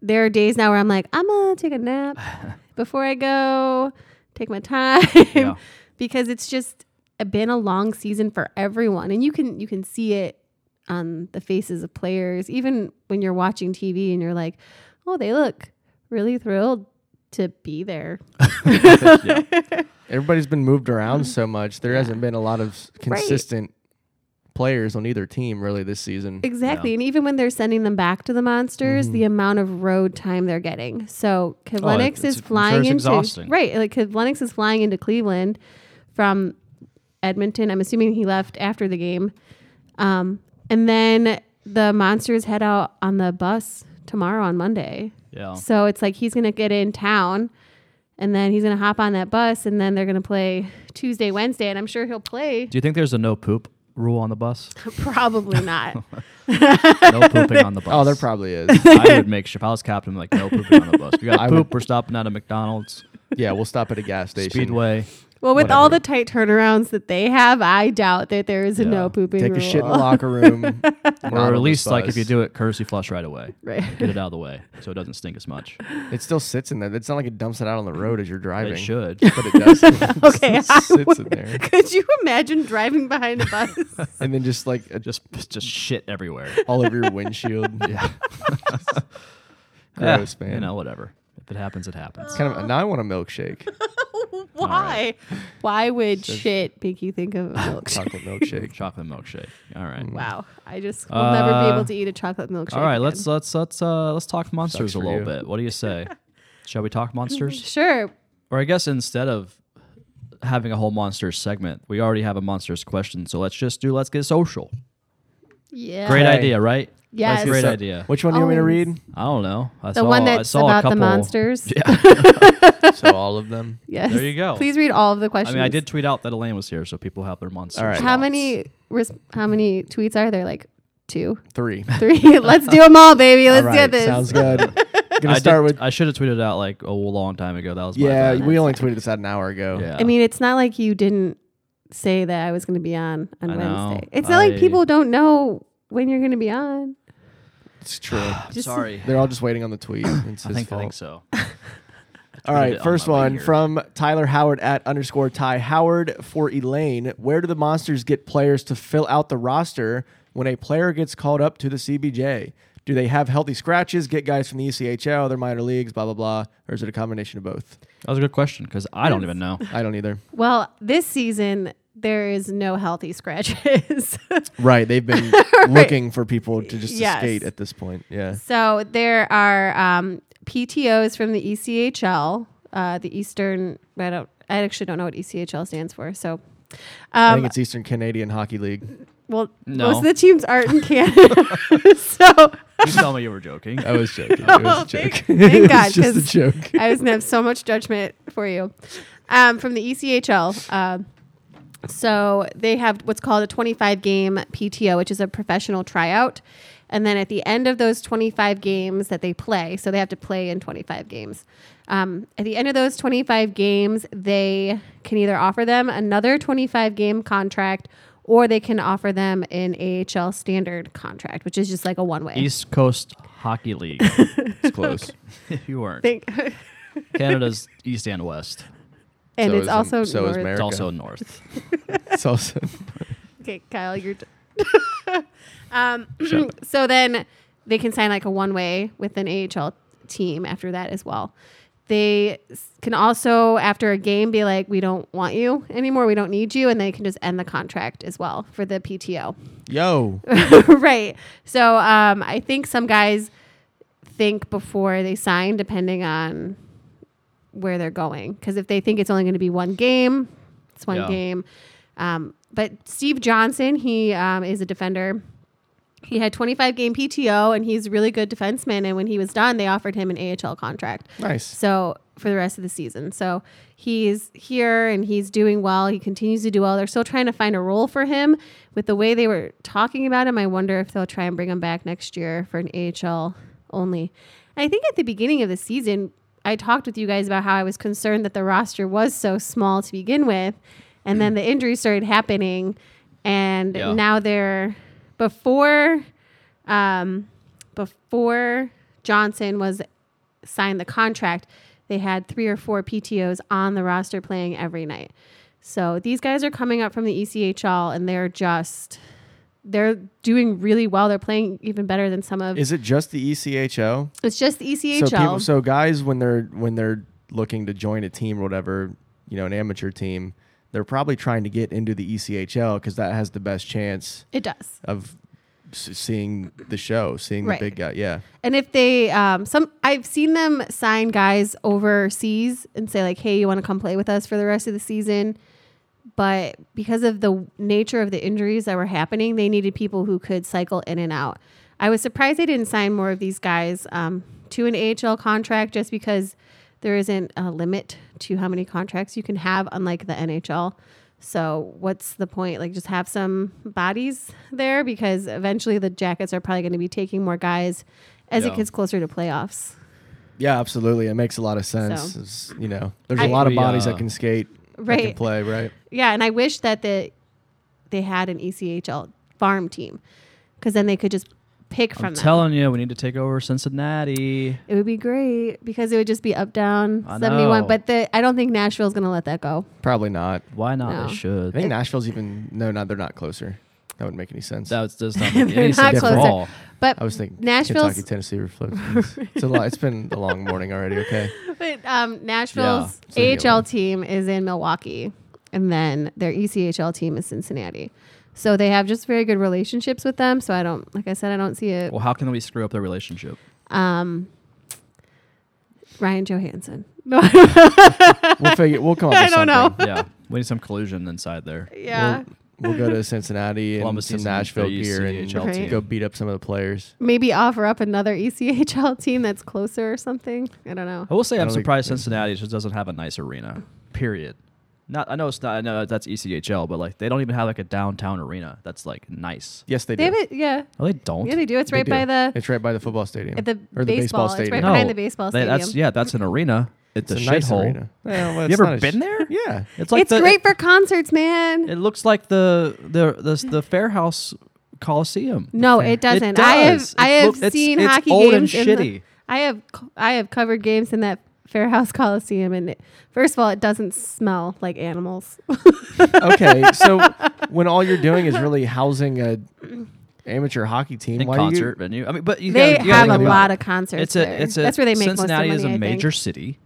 there are days now where I'm like, I'm gonna take a nap before I go, take my (laughs) time
Yeah.
because it's just been a long season for everyone, and you can you can see it on the faces of players, even when you're watching TV and you're like, oh, they look really thrilled to be there.
everybody's been moved around
Mm-hmm.
so much. There hasn't been a lot of s- consistent players on either team really this season.
Exactly. And even when they're sending them back to the monsters, the amount of road time they're getting. So Kevlenix
Mm-hmm. Oh, it's-
is
I'm sure
flying
it's
into
exhausting.
right. Like Kevlenix is flying into Cleveland from Edmonton. I'm assuming he left after the game. Um, and then the Monsters head out on the bus tomorrow on Monday.
Yeah.
So it's like he's going to get in town and then he's going to hop on that bus and then they're going to play Tuesday, Wednesday. And I'm sure he'll play.
Do you think there's a no poop rule on the bus?
(laughs) Probably
(laughs)
not.
No pooping on the bus.
Oh, there probably
(laughs)
is.
I would make sure if I was captain, like no pooping on the bus. We
(laughs)
got
I
to poop.
would-
We're stopping at a McDonald's,
yeah, we'll stop at a gas station.
Speedway.
Well, with all the
Whatever.
tight turnarounds that they have, I doubt that there is a
Yeah.
no pooping
Take
rule.
a shit in the locker room.
Or at least like if you do it, courtesy flush right away.
(laughs) Right.
Get it out of the way so it doesn't stink as much.
it still sits in there. It's not like it dumps it out on the road as you're driving.
It should.
(laughs) but it
(laughs)
does. It
(laughs)
Okay,
s-
I
sits in
would-
there,
(laughs) Could you imagine driving behind
(laughs)
a bus?
and then just like a, (laughs)
just just shit everywhere.
all over your
(laughs)
windshield. yeah, (laughs)
Yeah,
gross, man.
You know, whatever. If it happens, it happens.
It's kind of. Now I want a milkshake,
Why? Why would shit make you
(laughs)
think of a milkshake?
chocolate milkshake.
Chocolate milkshake. All right.
wow, I just will never be
Uh,
able to eat a chocolate milkshake.
All right.
again.
Let's let's let's uh let's talk monsters
Sucks
a
for
little
you.
bit. What do
(laughs)
you say? Shall we talk monsters?
Sure.
Or I guess instead of having a whole monsters segment, we already have a monsters question. So let's just do let's get social.
Yeah.
Great
Okay.
idea, right?
Yes.
Great
So,
idea.
Which one do you want me to
Always.
read?
I don't know. I
The
saw,
one
I
that's
saw a
about
couple,
the
(laughs)
monsters.
So all of them.
Yes.
There you go.
Please read all of the
I
questions.
mean, I did tweet out that Elaine was here, so people have their monsters.
All right.
How
thoughts.
many? Res- how many tweets are there? Like two, (laughs)
Three.
(laughs)
three. let's do them all, baby. Let's
all
get
right,
this.
Sounds
(laughs)
good. Gonna
I
start
did-
with.
I should have tweeted out like a long time ago. That was my
yeah,
bad.
we only tweeted this out an hour ago.
yeah.
I mean, it's not like you didn't say that I was going to be on on
I know.
Wednesday. It's not like
I-
people don't know when you're going to be on.
it's true.
I'm
just-
sorry.
They're all just waiting on the
(coughs)
tweet. It's
I
his
think, I
fault.
think so.
All
tweeted it
right,
on
first
my way
one
here.
from Tyler Howard at underscore Ty Howard for Elaine. Where do the monsters get players to fill out the roster when a player gets called up to the CBJ? Do they have healthy scratches, get guys from the E ECHL, their minor leagues, blah, blah, blah? Or is it a combination of both?
(laughs) That was a good question because I don't even know.
I don't either.
Well, this season there is no healthy scratches. (laughs)
Right. They've been looking for people to just to
Yes.
skate at this point. Yeah.
so there are um, PTOs from the E ECHL, uh, the Eastern. I don't. I actually don't know what E ECHL stands for. So.
I
Um,
think it's Eastern Canadian Hockey League.
well,
No.
most of the teams aren't in Canada, (laughs) so
You tell me you were (laughs) joking.
I was
(laughs)
joking. It was a
Oh,
joke.
thank- thank
(laughs) it was
God,
just a
'cause-
joke.
I was gonna have so much judgment for you um, from the ECHL. Um so they have what's called a 25 game PTO, which is a professional tryout. And then at the end of those 25 games that they play, so they have to play in 25 games. Um, at the end of those 25 games, they can either offer them another 25 game contract or they can offer them an AHL standard contract, which is just like a one
E
way.
East Coast Hockey League.
It's
(laughs)
close.
(laughs) you weren't.
Think- (laughs)
Canada's east and west.
and
So
it's
is, um, so
also
is Mary.
north-
It's
America.
also north.
It's also
Okay, Kyle, you're. T- um, (clears throat) so then they can sign like a one way with an AHL team after that as well. They s- can also, after a game, be like, we don't want you anymore. We don't need you. And they can just end the contract as well for the PTO. (laughs)
yo.
right. So um, I think some guys think before they sign, depending on where they're going. Because if they think it's only going to be one game, it's one
Yeah.
game. Um, but Steve Johnson, he um, is a defender. He had 25 game PTO, and he's a really good defenseman. And when he was done, they offered him an AHL contract.
Nice.
So for the rest of the season. So he's here and he's doing well. He continues to do well. They're still trying to find a role for him. With the way they were talking about him, I wonder if they'll try and bring him back next year for an AHL only. I think at the beginning of the season, I talked with you guys about how I was concerned that the roster was so small to begin with. And then the injuries started happening. And
Yeah.
now they're before um, before Johnson was signed the contract, they had three or four PTOs on the roster playing every night. So these guys are coming up from the E ECHL and they're just they're doing really well. They're playing even better than some of
Is it just the E ECHO?
it's just the E
So
ECHL.
people, so guys, when they're when they're looking to join a team or whatever, you know, an amateur team, they're probably trying to get into the E ECHL because that has the best chance
it does.
of s- seeing the show, seeing
Right.
the big guy. Yeah,
And if they, um, some I've seen them sign guys overseas and say like, "Hey, you want to come play with us for the rest of the season?" but because of the nature of the injuries that were happening, they needed people who could cycle in and out. I was surprised they didn't sign more of these guys um, to an AHL contract just because there isn't a limit to how many contracts you can have, unlike the NHL. So, what's the point? Like, just have some bodies there because eventually the Jackets are probably going to be taking more guys as
Yeah.
it gets closer to playoffs.
Yeah, absolutely. It makes a lot of sense.
So-
It's, you know, there's a
I-
lot of
We,
bodies
uh,
that can skate, that can
Right.
play, right?
Yeah, and I wish that the they had an E ECHL farm team because then they could just pick from
I'm
them.
telling you, we need to take over Cincinnati.
it would be great because it would just be up down
I
71.
know.
But the, I don't think Nashville's going to let that go.
Probably not.
Why not?
No.
They
I
should.
think Nashville's even no, no, they're not closer. That would make any sense.
That does not make
They're
any
not
sense at
closer.
all.
But
I was thinking
Nashville's-
Kentucky, Tennessee
(laughs)
reflections. it's a lot. It's been a long morning already. Okay.
But um, Nashville's
so anyway.
AHL team is in Milwaukee, and then their E ECHL team is Cincinnati. So they have just very good relationships with them. So I don't, like I said, I don't see it.
Well, how can we screw up their relationship?
Um, Ryan Johansson. No,
We'll figure. We'll come up with
I don't
something.
know.
yeah, we need some collusion inside there.
(laughs) yeah,
We'll, we'll go to Cincinnati and
Columbus
some
isn't the
Nashville gear and
ECHL
team.
go beat up some of the players.
maybe offer up another E ECHL (laughs) team that's closer or something. I don't know.
I will say
I
I'm
don't think-
surprised Cincinnati just doesn't have a nice arena. Period. Not I know it's not I know that's E ECHL, but like they don't even have like a downtown arena that's like nice.
Yes, they,
They have
do.
it. Yeah,
Oh, they don't.
yeah, they do. It's
They
right
do.
by the
It's right by the football stadium.
at the,
or the
baseball.
baseball
It's
stadium.
right behind the baseball
they-
stadium.
That's, yeah, that's an arena. It's,
It's
a,
a nice
shithole. (laughs)
arena. Well,
you
it's
ever
not a
been
sh- (laughs)
there?
(laughs)
Yeah.
It's like
it's
the,
great for concerts, man.
It, looks like the the the, the Fairhouse Coliseum.
No,
Fair.
it
It
doesn't. I have
does.
I
It
have
look- it's-
seen
it's
hockey
old and
games. in the-
shitty.
I have co- I have covered games in that Fairhouse Coliseum, and it, first of all, it doesn't smell like animals.
okay, so when all you're doing is really housing
(clears throat)
a amateur hockey team,
In
why
concert venue. I mean, but you
they
gotta- you gotta
have
think about
a
it.
lot of concerts.
it's a
there.
it's a
that's where they make
Cincinnati
most of the
is
money.
a
I think.
major city.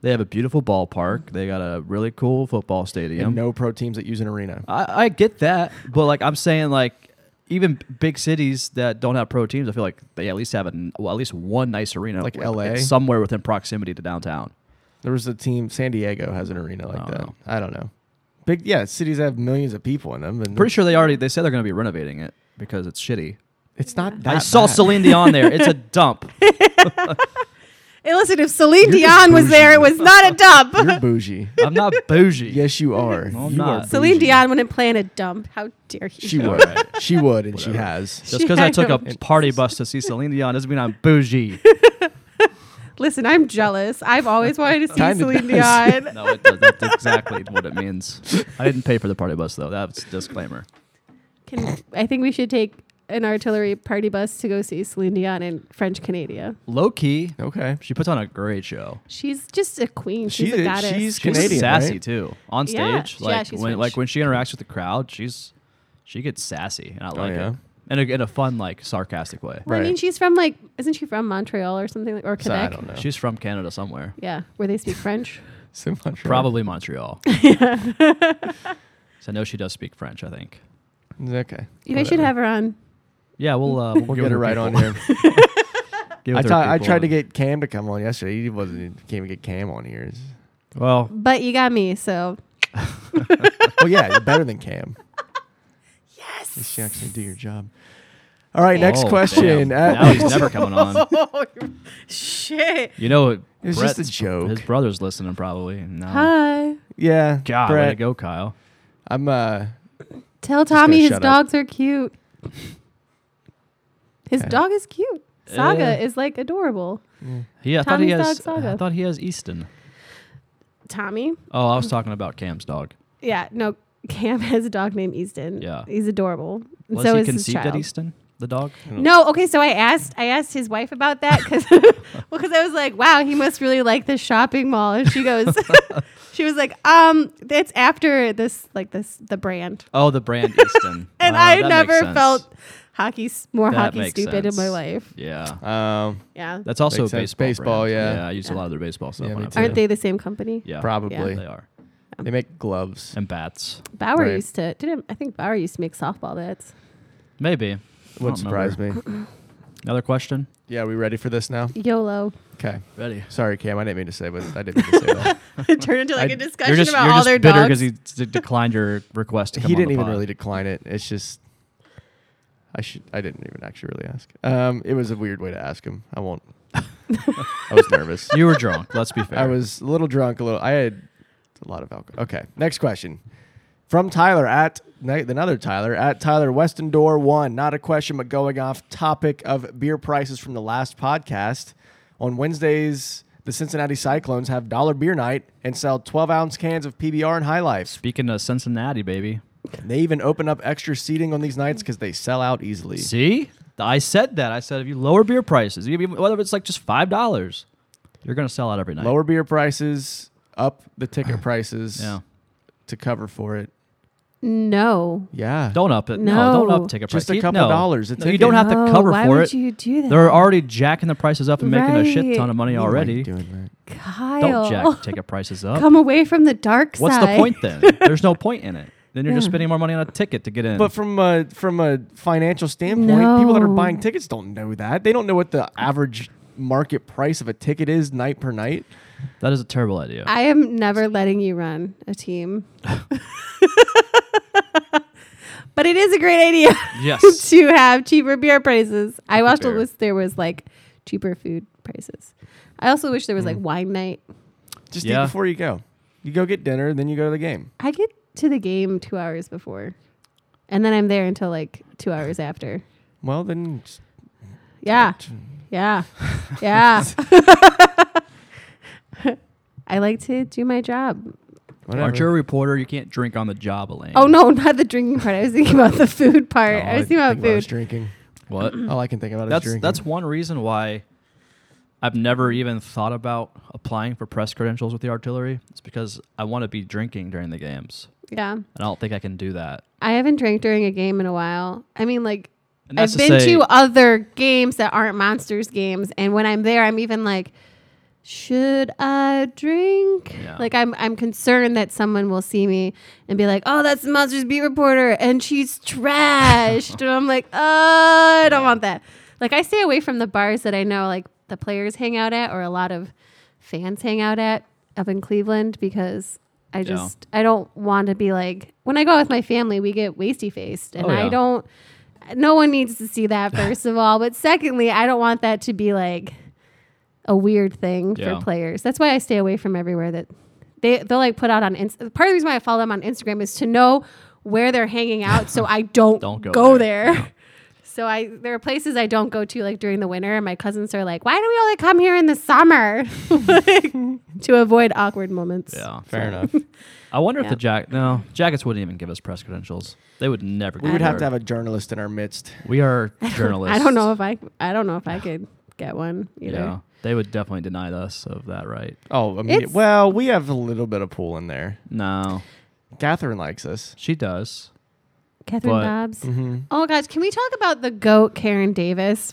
They have a beautiful ballpark. They got a really cool football
do you and
stadium.
no pro teams that use an arena?
I, I get that, but like I'm saying, like even big cities that don't have pro teams, I feel like they at least have an, well, at least one nice arena,
Like
with-
LA?
somewhere within proximity to downtown.
There was a team. San Diego has an arena like
I don't
that.
know.
I don't know. Big yeah, cities have millions of people in them, and
Pretty sure they already they said they're going to be renovating it because it's shitty.
it's not. That
I saw
bad.
Celine Dion there.
(laughs)
It's a dump.
Hey, listen, if Celine
You're just
Dion was
bougie.
there, it was not a dump.
You're
(laughs)
bougie.
I'm not bougie.
yes, you are.
No, I'm
you
not.
are
Celine
bougie.
Dion wouldn't play in a dump. How dare you?
She
Yeah,
would.
right.
She would, and she
Whatever.
has.
Just
(laughs)
because I took a party bus to see Celine Dion doesn't mean I'm bougie.
Listen, I'm jealous. I've
(laughs)
always wanted to see
Kinda
Celine
does. (laughs)
Dion.
No, it does. That's exactly what it means. I didn't pay for the party bus though. That's a disclaimer.
Can, I think we should take an artillery party bus to go see Celine Dion in French Canada.
Low key,
Okay.
she puts on a great show.
She's just a queen.
She
She's a
is-
goddess.
she's
She's
Canadian,
sassy
right?
too on stage.
Yeah. Yeah,
Like
she's
when
French.
like when she interacts with the crowd, she's she gets sassy, and I like
Oh, yeah?
it in a, in a fun like sarcastic way.
Well, I mean,
Right.
she's from like, isn't she from Montreal or something, like, or
So I
Quebec?
don't know.
She's from Canada somewhere,
yeah, where they
(laughs)
speak French. (laughs)
so much.
probably Montreal. so I know she does speak French. I think.
Okay.
You guys should
Whatever.
have her on.
Yeah, we'll uh, we'll,
We'll
give
get it
her
right
people-
on here.
(laughs) give
I,
her
t- I
people
tried to
and-
get Cam to come on yesterday. He wasn't. Can't even get Cam on here. It's-
Well,
But you got me, so
Well, yeah, you're better than Cam. yes. You should actually do your job. All right, next
oh,
question.
damn.
Uh, (laughs)
now he's never coming
(laughs)
on.
shit.
You know, it
was just a joke.
His brother's listening probably.
Oh.
No.
Hi.
yeah,
God, way to
Brett,
go, Kyle.
I'm uh,
Tell
gonna
Tommy his
shut up.
dogs are cute. His
Okay. Eh.
dog is cute. Saga
Yeah.
is like adorable.
Yeah, I thought he
Tommy's
has.
dog Saga.
I thought he has Easton.
Tommy?
Oh, I was talking about Cam's dog.
Yeah, no. Cam (laughs) has a dog named Easton.
Yeah.
He's adorable. And
Was
so
he
is his
conceived
child.
at Easton? The dog.
No, okay. So I asked, I asked his wife about that (laughs) because, I was like, wow, he must really like this shopping mall. And
(laughs)
she goes, (laughs) she was like, um, it's after this, like this, the brand.
Oh, the brand Easton.
(laughs) And
Oh,
I
that
never
makes sense.
felt hockey s- more
That
hockey
makes
stupid in my
sense.
life.
Yeah,
um,
Yeah,
that's also
Makes sense.
baseball.
Baseball,
brand.
yeah.
Yeah, I use a lot of their baseball stuff.
Yeah,
when
me
I
too.
play.
aren't they the same company?
Yeah,
probably.
they are.
They make gloves.
And bats,
Bauer
Right.
used to. Didn't I think Bauer used to make softball bats?
maybe. I
Would
don't remember. (laughs)
surprise me.
Another question?
Yeah, we ready for this now?
YOLO. (laughs)
Okay.
Ready.
Sorry, Cam. I didn't mean to say, but I didn't mean to
(laughs)
say that.
Turn into like
I-
a discussion
You're just,
about
you're
all
just
their
bitter because
dogs.
he d- declined your request to come
he
on the
didn't even
pod.
really decline it. It's just I should I didn't even actually really ask. Um, it was a weird way to ask him. I
(laughs)
won't. I was nervous.
You were drunk. Let's be fair.
I was a little drunk. A little. I had a lot of alcohol. Okay. Next question.
From Tyler at na- another Tyler at Tyler Weston Door One. Not a question, but going off topic of beer prices from the last podcast. On Wednesdays, the Cincinnati Cyclones have dollar beer night and sell 12 ounce cans of PBR and High Life.
Speaking of Cincinnati, baby.
They even open up extra seating on these nights because they sell out easily.
See, I said that. I said if you lower beer prices, even whether it's like just five dollars, you're gonna sell out every night.
Lower beer prices, up the ticket
(sighs)
prices
Yeah.
to cover for it.
no.
Yeah.
Don't up it. No,
No.
don't up ticket price.
Just a
Keep-
couple
no.
dollars a
No, you
ticket.
don't have to
No,
cover
why
for
would
it.
you do that?
They're already jacking the prices up and making a shit ton of money
Why am I
already.
doing that?
Kyle.
Don't jack ticket prices up.
oh. Come away from the dark
What's the
side.
point then?
(laughs)
There's no point in it. Then you're just
Yeah.
spending more money on a ticket to get in.
But from a from a financial standpoint, people that are
No.
buying tickets don't know that. They don't know what the average market price of a ticket is night per night.
that is a terrible idea.
I am never letting you run
(laughs)
a team. but it is a great idea
yes.
(laughs) to have cheaper beer prices. I also
beer.
wish there was like cheaper food prices. I also wish there was
Mm.
like wine night.
Just
Yeah.
eat before you go. You go get dinner, then you go to the game.
I get to the game two hours before, and then I'm there until like two hours after.
Well, then just-
Yeah. (laughs) Yeah. Yeah. I like to do my job.
Whatever.
Aren't you a reporter? You can't drink on the job, Elaine.
Oh no, not the drinking part. I was thinking about the food
All
part. I
I
was thinking about
think I was
food.
drinking.
What?
All I can think about
that's
is drinking.
(laughs)
that's one reason why I've never even thought about applying for press credentials with the artillery. It's because I want to be drinking during the games,
Yeah.
and I don't think I can do that.
I haven't drank during a game in a while. I mean, like
And
I've
that's to
been
say-
to other games that aren't monsters games, and when I'm there, I'm even like, should I drink?
Yeah.
Like I'm, I'm concerned that someone will see me and be like, oh, that's the monsters beat reporter, and she's trashed, and I'm like, oh, I don't want that. Like I stay away from the bars that I know, like the players hang out at, or a lot of fans hang out at up in Cleveland because I
Yeah.
just I don't want to be like when I go out with my family we get wasty faced and
Oh, yeah.
I don't no one needs to see that first of all but secondly I don't want that to be like a weird thing
Yeah.
for players. That's why I stay away from everywhere that they they'll like put out on Inst- part of the reason why I follow them on Instagram is to know where they're hanging out
(laughs)
so I don't,
Don't go
go, there. (laughs) So I there are places I don't go to like during the winter and my cousins are like, "Why do we only come here in the summer?" (laughs) to avoid awkward moments.
Yeah, (laughs)
fair enough.
I wonder if
Yeah.
the jack no jackets wouldn't even give us press credentials. They would never.
we would have to have a journalist in our midst.
We are journalists.
(laughs) I don't know if I I don't know if I could get one either.
Yeah, they would definitely deny us of that right.
Oh, I mean,
It's-
well, we have a little bit of pool in there.
No,
Catherine likes us.
she does.
Catherine
But-
Dobbs.
Mm-hmm.
Oh gosh, can we talk about the goat Karen Davis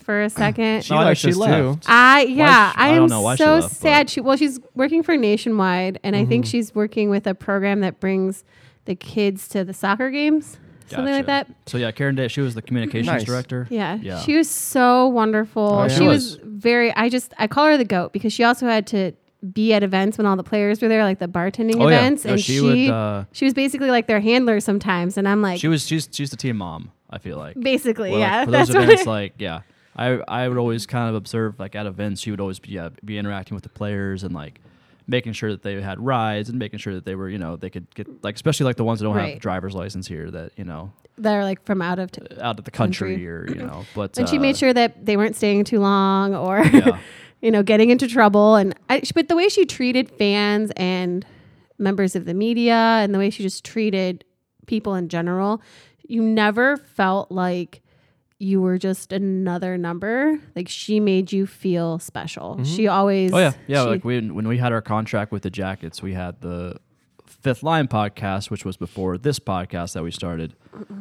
(clears throat)
for a second?
She likes us too.
I yeah,
sh-
I
I don't
am
know why she
so
left, but- Mm-hmm.
sad. She well, she's working for Nationwide, and I think she's working with a program that brings the kids to the soccer games, something like that.
Gotcha. So yeah, Karen Day. She was the communications
Nice.
director.
Yeah.
Yeah. Oh,
She was so wonderful.
yeah.
She
She
was very I just I call her the goat because she also had to be at events when all the players were there, like the bartending
Oh, yeah.
events.
No,
and
she
she
would, uh,
she was basically like their handler sometimes. And I'm like
She was. She's. She's the team mom. I feel like.
basically,
Well, like,
yeah. (laughs)
for
that's
those
what
events,
I-
like yeah, I I would always kind of observe like at events she would always be uh, be interacting with the players and like making sure that they had rides and making sure that they were you know they could get like especially like the ones that don't have
Right.
driver's license here that you know
that are like from out of t-
out of the country,
Country.
or
(clears throat)
you know but
and she
uh,
made sure that they weren't staying too long or
Yeah.
(laughs) you know getting into trouble and I, sh- but the way she treated fans and members of the media and the way she just treated people in general you never felt like you were just another number like she made you feel special she always
oh
(laughs)
yeah yeah
she-
like we when we had our contract with the jackets we had the fifth line podcast which was before this podcast that we started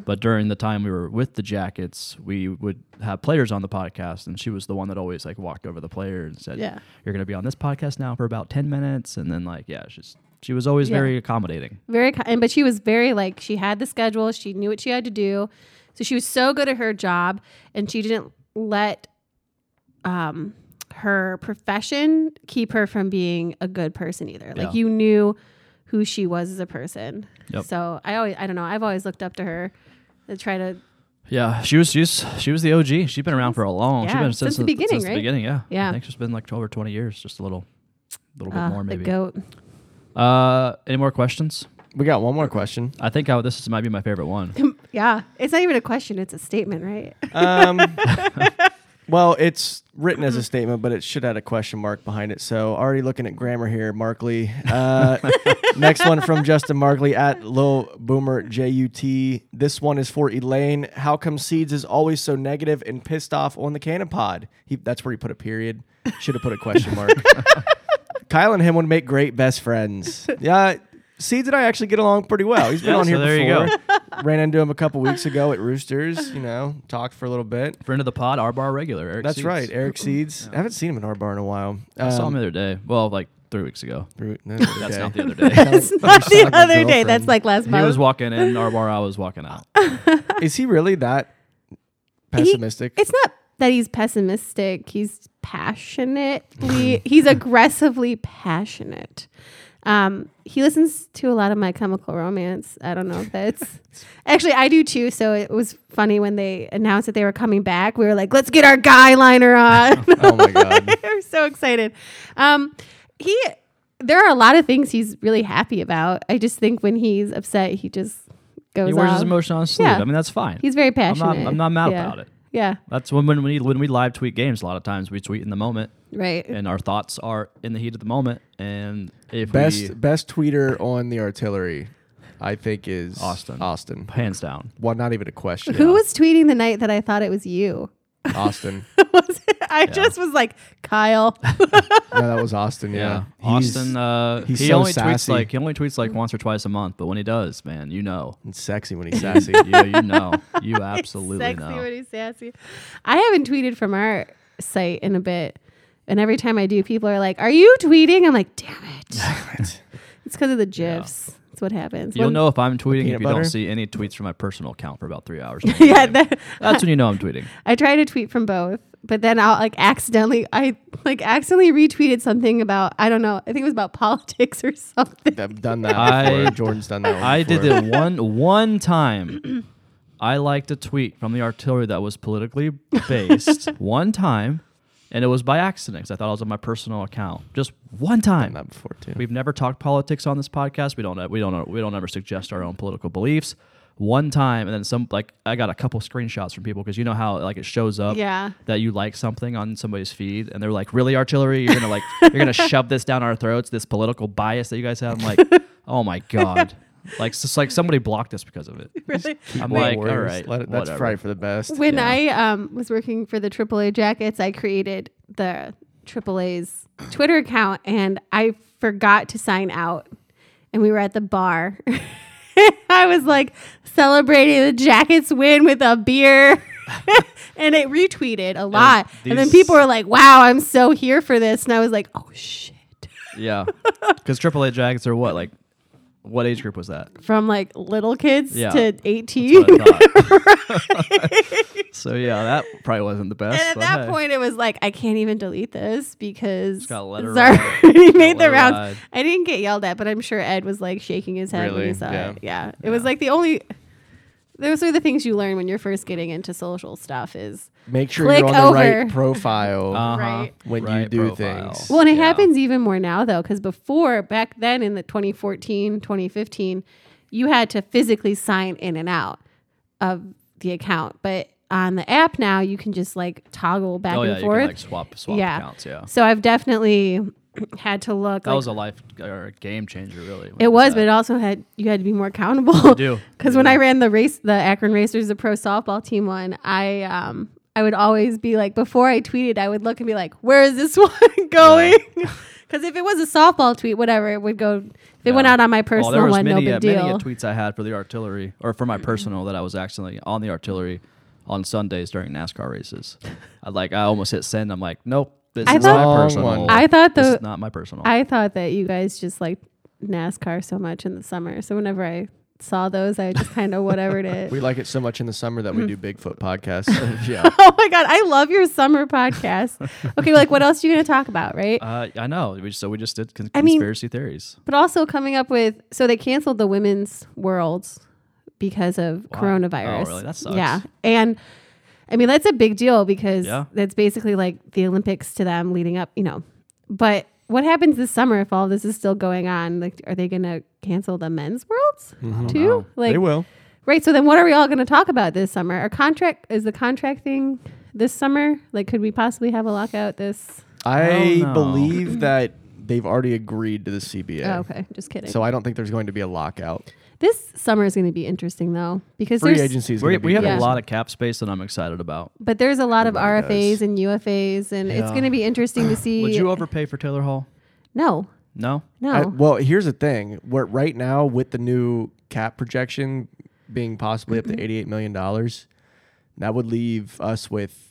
but during the time we were with the jackets we would have players on the podcast and she was the one that always like walked over the player and said
Yeah.
you're going to be on this podcast now for about 10 minutes and then like yeah she's she was always
Yeah.
very accommodating
very ki- and but she was very like she had the schedule she knew what she had to do so she was so good at her job and she didn't let um, her profession keep her from being a good person either. Like
Yeah.
you knew who she was as a person.
Yep.
So I always, I don't know, I've always looked up to her to try to,
Yeah, she was she's she was the OG. She's been around for a long. she's
Yeah,
been
since the beginning,
since
right?
the beginning. Yeah,
Yeah.
I think she's been like twelve or twenty years, just a little, little bit
uh,
more
the
maybe.
goat.
Uh, any more questions?
We got one more question.
I think I, this is, might be my favorite one.
yeah. It's not even a question. It's a statement, right?
Um, well, it's written as a statement, but it should add a question mark behind it. So already looking at grammar here, Markley.
(laughs)
Uh, next one from Justin Markley at Lil Boomer JUT. This one is for Elaine. How come Seeds is always so negative and pissed off on the cannon pod? He, that's where he put a period. Should have put a question
(laughs)
mark. Kyle and him would make great best friends. Yeah. Seeds and I actually get along pretty well. He's been
Yeah,
on
so
here
there you
before.
go.
Ran into him a couple weeks ago at Roosters, you know, talked for a little bit.
Friend of the pod, our bar regular. Eric
That's
Seitz.
right, Eric Seeds. I haven't seen him in our bar in a while.
I saw him
Um,
the other day. Well, like three weeks ago.
through- no,
That's
okay.
not the other
(laughs)
day.
That's not
Sounds
the
like my
other day.
girlfriend.
That's like last
he
month.
was walking in our bar. I was walking out.
Is he really that
He-
pessimistic?
it's not that he's pessimistic. He's passionately. (laughs) he's aggressively passionate. Um, he listens to a lot of My Chemical Romance. I don't know
(laughs)
if that's actually I do too. So it was funny when they announced that they were coming back. We were like, "Let's get our guy liner on."
(laughs)
(laughs)
Oh my god.
I'm so excited. Um, he, there are a lot of things he's really happy about. I just think when he's upset, he just goes.
He wears his
off.
emotion on his sleeve.
Yeah.
I mean, that's fine.
He's very
I'm
passionate.
not. I'm not mad
Yeah.
about it.
Yeah,
That's when, when we when we live tweet games. A lot of times we tweet in the moment,
right.
and our thoughts are in the heat of the moment. And if we,
Best best tweeter on the artillery, I think is
Austin.
Austin.
hands down,
Well, not even a question.
(laughs) Who was tweeting the night that I thought it was you? (laughs)
Austin?
was it? I just was like, Kyle. (laughs)
No, that was Austin.
yeah.
Yeah.
Austin,
He's
uh,
he's
he
so
only tweets
sassy.
like he only tweets like once or twice a month. But when he does, man, you
(laughs)
know,
sexy when he's
(laughs)
sassy.
yeah, you know, you absolutely
Sexy
know.
when he's sassy. I haven't tweeted from our site in a bit. And every time I do, people are like, Are you tweeting? I'm like, Damn it.
(laughs)
(laughs) it's because of the GIFs. That's what happens.
You'll
When-
know if I'm tweeting if you
peanut
don't
butter?
see any tweets from my personal account for about three hours.
(laughs) yeah, that-
That's when you know I'm tweeting.
I try to tweet from both, but then I'll like accidentally, I like accidentally retweeted something about, I don't know, I think it was about (laughs) politics or something.
I've done that.
I-
before. Jordan's done that. One
I did
before.
it one one time. I liked a tweet from the artillery that was politically based one time, and it was by accident 'cause I thought it was on my personal account. Just one
Done
time.
that before too.
We've never talked politics on this podcast. We don't. We don't. We don't ever suggest our own political beliefs. One time, and then some. Like I got a couple screenshots from people because you know how like it shows up.
Yeah.
That you like something on somebody's feed, and they're like, "Really, artillery? You're gonna like you're gonna shove this down our throats? This political bias that you guys have?" I'm like, "Oh my god!" Like it's just like somebody blocked us because of it.
(laughs) Really?
I'm
No
like,
worries.
all right,
Let it- that's
whatever."
probably for the best.
When
Yeah.
I um, was working for the AAA jackets, I created the AAA's Twitter account and I forgot to sign out. And we were at the bar. (laughs) I was like celebrating the jackets win with a beer. (laughs) and it retweeted a lot. And, then
these-
people were like, wow, I'm so here for this. And I was like, oh shit.
(laughs)
Yeah, because AAA jackets are what like. What age group was that?
From like little kids
Yeah.
to
That's
18.
what
(laughs)
I thought. so yeah, that probably wasn't the best.
And at
but
that
hey.
point, it was like, I can't even delete this because
gotta let her
it's (laughs) already
let
made the
her
rounds.
ride.
I didn't get yelled at, but I'm sure Ed was like shaking his head when he
Really?
saw
Yeah.
it. Yeah. It was like the only. Those are the things you learn when you're first getting into social stuff is.
Make sure
Click
you're on the
over.
right profile
Uh-huh.
Right.
when you
Right
do
profile.
things.
Well, and it
Yeah.
happens even more now, though, because before, back then in the 2014, 2015, you had to physically sign in and out of the account. But on the app now, you can just like toggle back
oh
and
yeah, you
forth.
can like swap swap
Yeah.
accounts. Yeah,
So I've definitely (clears throat) had to look.
that
like-
was a life or a game changer, really.
it was, but it also had you had to be more accountable. (laughs)
do.
because
You
when I
do.
ran the race, the Akron Racers, the pro softball team one, I um I would always be like before I tweeted, I would look and be like, where is this (laughs) one going? (laughs) Because if it was a softball tweet, whatever, it would go. If it went
Yeah.
out on my
Well,
personal
there was
one,
many,
no
uh,
big deal.
many uh, tweets I had for the artillery or for my personal that I was accidentally on the artillery on Sundays during NASCAR races. I like I almost hit send. I'm like, nope, this
I
is
thought-
my
Wrong
personal.
one.
I thought
this
the-
is not my personal.
I thought that you guys just like NASCAR so much in the summer, so whenever I saw those, I just kind of
(laughs)
whatevered it.
We like it so much in the summer that we do Bigfoot podcasts. (laughs) yeah.
(laughs) oh my god, I love your summer podcast. Okay, like what else are you gonna talk about, right?
Uh, I know. We just, so we just did con-
I mean-
conspiracy theories.
but also coming up with so they canceled the women's worlds because of
Wow.
coronavirus.
Oh, really? That sucks.
Yeah, and I mean that's a big deal because
Yeah.
that's basically like the Olympics to them leading up, you know. But what happens this summer if all this is still going on? Like, are they gonna cancel the men's worlds too?
know.
Like,
they will.
right? So then, what are we all gonna talk about this summer? Our contract is the contract thing this summer. Like, could we possibly have a lockout this?
I
no.
believe that they've already agreed to the CBA.
Oh, okay, just kidding.
So I don't think there's going to be a lockout.
This summer is going to be interesting though, because
Free
there's
agency is
We,
going to be
we have
Yeah.
a lot of cap space that I'm excited about.
but there's a lot of
Everybody
RFAs
does.
and UFAs, and it's
Yeah.
going to be interesting to see.
Would you overpay for Taylor Hall?
no,
No.
no.
I- well, here's the thing. We're right now with the new cap projection being possibly up to 88 million dollars. That would leave us with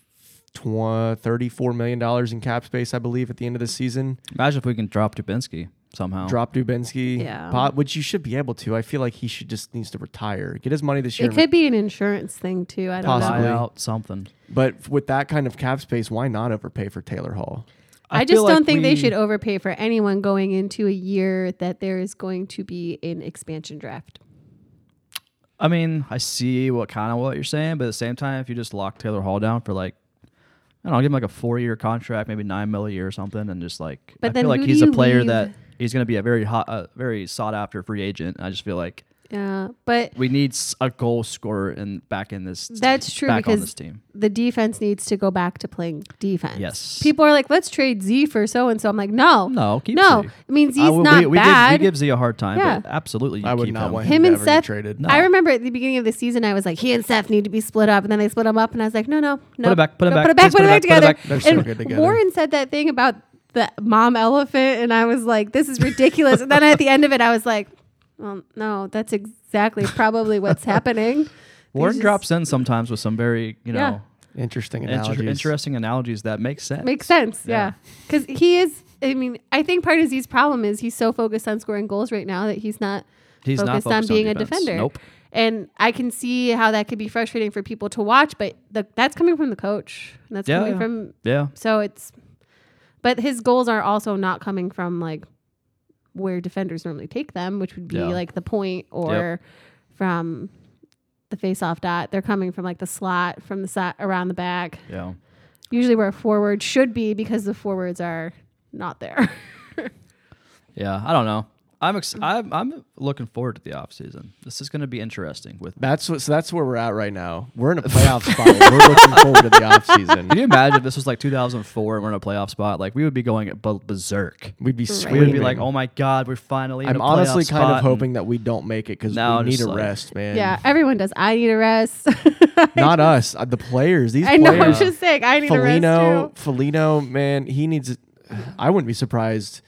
tw- 34 million dollars in cap space, I believe, at the end of the season.
Imagine if we can drop Dubinsky somehow.
Drop Dubinsky,
Yeah.
pot, which you should be able to. I feel like he should just needs to retire, get his money this year.
it could be an insurance thing too. I don't
Possibly.
know.
Buy out something.
But with that kind of cap space, why not overpay for Taylor Hall?
I,
feel
just don't
like
think they
we-
should overpay for anyone going into a year that there is going to be an expansion draft.
I mean, I see what kind of what you're saying, but at the same time, if you just lock Taylor Hall down for like, I don't know, give him like a four year contract, maybe nine mil a year or something, and just like,
But
I
then
feel like
who do
he's a
you
player
leave?
that he's going to be a very hot, uh, very sought after free agent. I just feel like
Yeah, Uh, but
we need s- a goal scorer in back in this.
That's true,
Back on
because-
this team.
the defense needs to go back to playing defense.
Yes.
people are like, let's trade Z for so and so. I'm like, no,
No, keep
no.
Z.
I mean, Z's
I will-
not
Uh, we, we
bad.
Give, we give Z a hard time,
Yeah.
but absolutely, you
I would
keep
not
him.
want him,
him and
to ever
Seth.
get traded.
No.
I remember at the beginning of the season, I was like, he and Seth need to be split up, and then they split him up, and I was like, no, no, no,
it back, put it
no,
back,
put it back,
please
put it
put
back
it
together.
back.
They're so
and
good together.
Warren said that thing about the mom elephant, and I was like, this is ridiculous. and then at the end of it, I was like, well, no, that's exactly probably what's happening.
(laughs) Warren
just-
drops in sometimes with some very, you
Yeah.
know,
Interesting
inter-
analogies.
interesting analogies that make sense.
Makes sense, yeah,
Yeah.
because he is. I mean, I think part of Z's problem is he's so focused on scoring goals right now that he's not
He's not
focused on
focused on
being a
defense.
defender.
Nope.
And I can see how that could be frustrating for people to watch, but the, that's coming from the coach. And that's
Yeah.
coming from
Yeah,
so it's, but his goals are also not coming from like where defenders normally take them, which would be
Yeah.
like the point or from the face-off dot. They're coming from like the slot, from the side around the back,
yeah.
usually where a forward should be because the forwards are not there.
Yeah, I don't know. I'm ex- I'm, I'm looking forward to the off season. This is going to be interesting. With
That's what. So that's where we're at right now. We're
(laughs)
in a playoff spot. We're looking forward to the off season.
can you imagine if this was like 2004 and we're in a playoff spot? Like we would be going b- berserk.
We'd be
Right.
sweet.
We would be like, oh my god, we're finally. In
I'm
a playoff
honestly kind
spot,"
of
and
hoping that we don't make it because
No,
we need
just
a
like-
rest, man.
yeah, (laughs) everyone does. I need a rest. (laughs)
Not us. uh, The players. These
I know. I'm
players.
just saying. I need a rest too.
uh, Felino. Felino. Man, he needs. I wouldn't be surprised.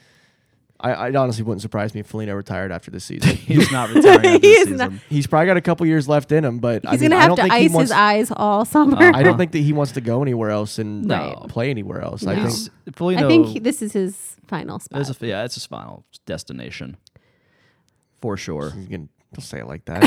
I, I honestly wouldn't surprise me if Felino retired after this
(laughs)
season.
(laughs)
(laughs)
he's not retiring. after
He
this
is
season.
not-
He's probably got a couple years left in him, but I,
He's
mean,
gonna
I
have
don't
to
think
ice
he wants.
his eyes all summer. (laughs)
Uh,
I don't think that he wants to go anywhere else and
No.
play anywhere else. I
No.
think
He's- Foligno-
I think he, this is his final spot.
there's
(laughs)
a- yeah, it's his final destination for sure.
you can don't say it like that.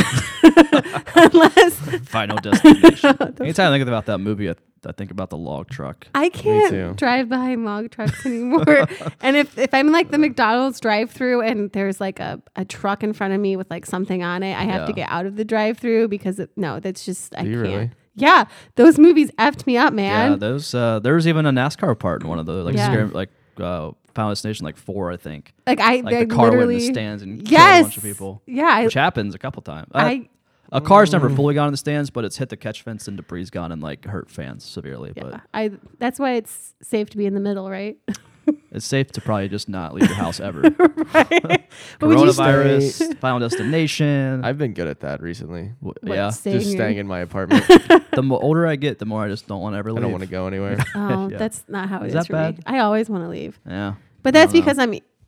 Unless (laughs)
Final destination. Anytime I think about that movie, I, I think about the log truck.
I
too.
can't drive behind
(laughs)
log trucks anymore. and if, if I'm like the McDonald's drive through and there's like a, a truck in front of me with like something on it, I have to
Yeah.
get out of the drive through because it, no, that's just, I
Do you
can't.
really?
Yeah. Those movies effed me up, man.
Yeah, those uh, there was even a NASCAR part in one of those, like
Yeah.
scare- like uh, Final Destination, like four, I think.
like I,
like
I
the car went in
literally,
the stands and killed
yes.
a bunch of people,
Yeah. I,
which happens a couple times. Uh,
I, Mm.
a car's never fully gone in the stands, but it's hit the catch fence and debris gone and like hurt fans severely.
yeah, I, that's why it's safe to be in the middle, right? (laughs)
But it's safe to probably just not leave your house ever.
But would you
stay-
Coronavirus,
(laughs)
Final Destination.
I've been good at that recently.
w-
What,
yeah,
staying
Just
in-
staying in my apartment.
the mo- older I get, the more I just don't want to ever
I
leave.
don't want to go anywhere.
(laughs) Oh,
Yeah.
that's not how it is
Is that
for me.
bad?
I always want to leave.
Yeah,
But that's
don't know.
because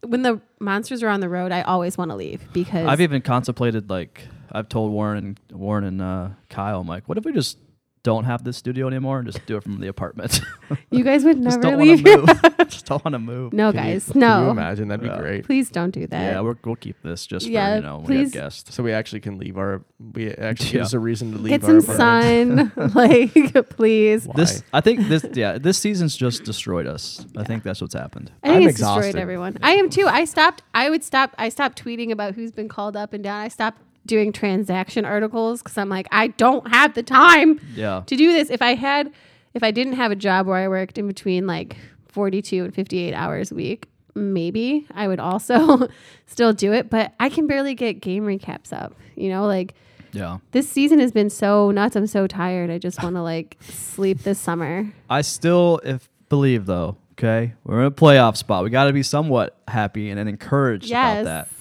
I'm when the monsters are on the road, I always want to leave because
e-, I've even contemplated like I've told Warren and Warren and uh, Kyle, I'm like, what if we just don't have this studio anymore and just do it from the apartment. (laughs)
You guys would
just
never
don't want
leave.
to move. just don't want to move.
(laughs) No,
Can you-
guys,
can you
no.
imagine that'd be
Yeah.
great.
Please don't do that.
Yeah, we're, we'll keep this just
Yeah,
for you know when we have
please.
guests.
So we actually can leave our. We actually
Yeah.
gives us a reason to leave.
Get
our
some sun, (laughs) like please.
This I think this yeah this season's just destroyed us. I think that's what's happened.
I think
I'm
it's destroyed
exhausted.
everyone. I am too. I stopped. I would stop. I stopped tweeting about who's been called up and down. I stopped doing transaction articles because I'm like, I don't have the time
Yeah.
to do this. If I had, if I didn't have a job where I worked in between like 42 and 58 hours a week, maybe I would also (laughs) still do it. But I can barely get game recaps up. You know, like
Yeah.
this season has been so nuts. I'm so tired. I just want to like sleep this summer.
I still if believe though. Okay, we're in a playoff spot. We got to be somewhat happy and, and encouraged
Yes.
about that.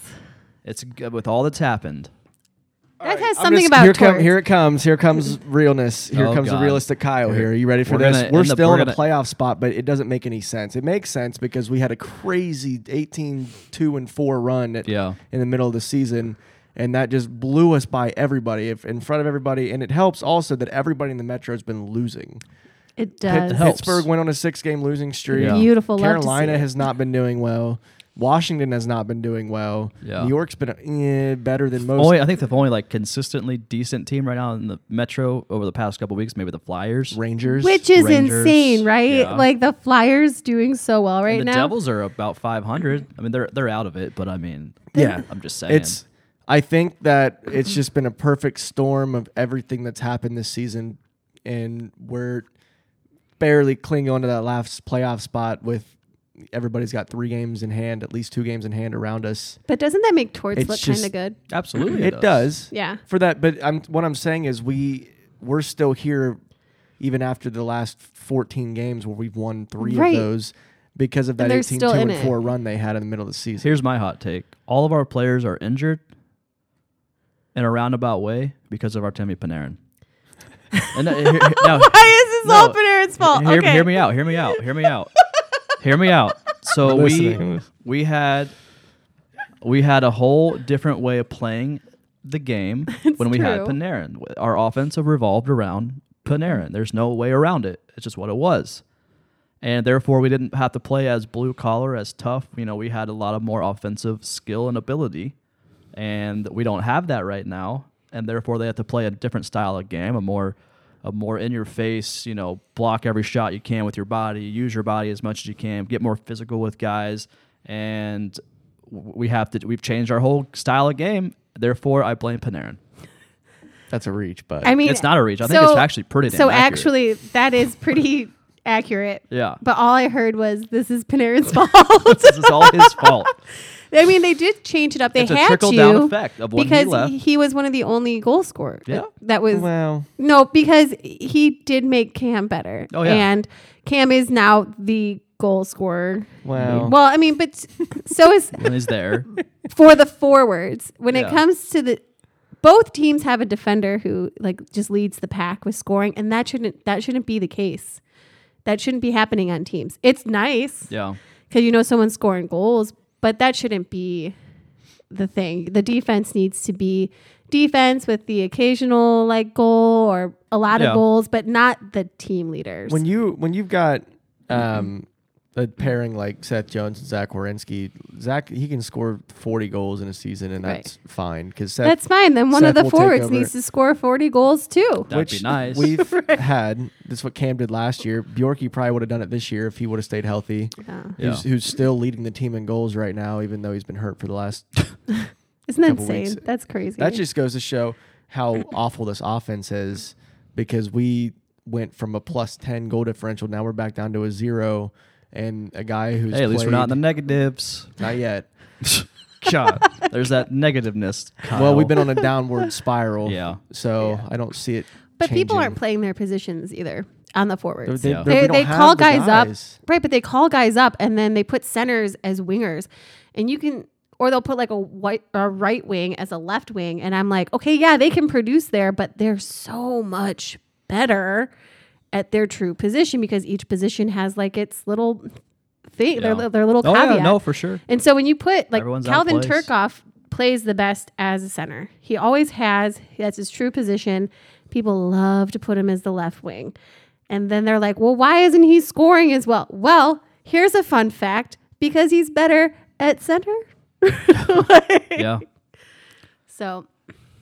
It's good with all that's happened.
That has
I'm
something
just-
about
here, come,
torts.
here it comes. Here (laughs) comes realness. Here
Oh,
comes
God.
the realistic Kyle. Here, are you ready for
We're
this?
gonna
we're
end up-
still
we're
in a
gonna-
playoff spot, but it doesn't make any sense. It makes sense because we had a crazy 18-2 and four run at,
Yeah.
in the middle of the season, and that just blew us by everybody, if, in front of everybody. And it helps also that everybody in the metro has been losing. Pitt-
It does.
helps.
Pittsburgh went on a six-game losing streak.
Yeah.
Beautiful. Love to see
Carolina
it.
has not been doing well. Washington has not been doing well.
Yeah.
New York's been eh, better than
Oh,
most.
Only I think the only like consistently decent team right now in the Metro over the past couple weeks, maybe the Flyers.
Rangers,
Which is
Rangers,
insane, right?
yeah.
Like the Flyers doing so well right
And the
now.
Devils are about 500. I mean, they're they're out of it, but I mean,
Yeah.
I'm just saying.
It's. I think that it's just been a perfect storm of everything that's happened this season, and we're barely clinging on to that last playoff spot. With everybody's got three games in hand, at least two games in hand around us.
but doesn't that make Torts
It's
look kind
just-
of good?
absolutely
It does.
Yeah.
For that, but I'm what I'm saying is we we're still here, even after the last 14 games where we've won three
Right.
of those because of
And
that
they're
18 two
still
and
in it.
four run they had in the middle of the season.
Here's my hot take: all of our players are injured in a roundabout way because of Artemi Panarin. And uh, here- here- now,
Why is this
No.
all Panarin's fault?
hear,
okay.
hear me out. Hear me out. Hear me out. hear me out. So we we had we had a whole different way of playing the
(laughs)
game when we had
true.
Panarin. Our offense revolved around Panarin. There's no way around it. It's just what it was. And therefore, we didn't have to play as blue collar, as tough. You know, we had a lot of more offensive skill and ability, and we don't have that right now. And therefore, they have to play a different style of game, a more, a more in your face. You know, block every shot you can with your body, use your body as much as you can, get more physical with guys, and w- we have to. We've changed our whole style of game. Therefore, I blame Panarin.
That's a reach, but
I mean,
It's not a reach. I think it's actually pretty damn
So
accurate.
actually, that is pretty (laughs) accurate.
(laughs)
Yeah.
But all I heard was this is
(laughs)
Panarin's fault.
this is all his fault.
(laughs) I mean, they did change it up. They
It's a
had to
trickle-down effect of when he
because
left.
was one of the only goal scorer.
Yeah.
That was
well,
No, because he did make Cam better.
Oh, yeah.
And Cam is now the goal scorer.
well,
Well, I mean, but so
(laughs)
is
When he's there,
for the forwards. When
Yeah.
it comes to the both teams have a defender who like just leads the pack with scoring and that shouldn't that shouldn't be the case. That shouldn't be happening on teams. It's nice
yeah.
cuz you know someone's scoring goals, but that shouldn't be the thing. The defense needs to be defense with the occasional like goal or a lot
Yeah.
of goals, but not the team leaders.
when you when you've got um a pairing like Seth Jones and Zach Wierenski, Zach he can score forty goals in a season and
Right.
that's fine because Seth
That's fine. Then one
Seth
of the
will take
forwards
over.
needs to score 40 goals too.
That'd be nice.
(laughs)
We've had that's what Cam did last year. Bjorky probably would have done it this year if he would have stayed healthy. Who's,
Yeah.
who's still leading the team in goals right now, even though he's been hurt for the last.
Isn't that
Couple
insane?
weeks.
That's crazy.
that just goes to show how awful this offense is, because we went from a plus ten goal differential, now we're back down to a zero, and a guy who's
Hey, at least we're
played-
not in the negatives.
not yet.
(laughs) God, there's that negativeness. Kyle.
Well, we've been on a
(laughs)
downward spiral.
Yeah.
So I don't see it.
but people
changing.
aren't playing their positions either on the forwards.
They,
Yeah.
they- we
They,
don't
they
have
call
the
guys,
guys.
up. Right, but they call guys up and then they put centers as wingers. And you can or they'll put like a white a right wing as a left wing and I'm like, "Okay, yeah, they can produce there, but they're so much better at their true position because each position has like its little thing,
Yeah.
their, li- their little
Oh
caveat.
yeah, no, for
(laughs)
sure.
And so when you put like
Everyone's out
Calvin
of place.
Turkoff plays the best as a center. He always has. That's his true position. People love to put him as the left wing. And then they're like, well, why isn't he scoring as well? Well, here's a fun fact because he's better at center.
yeah.
So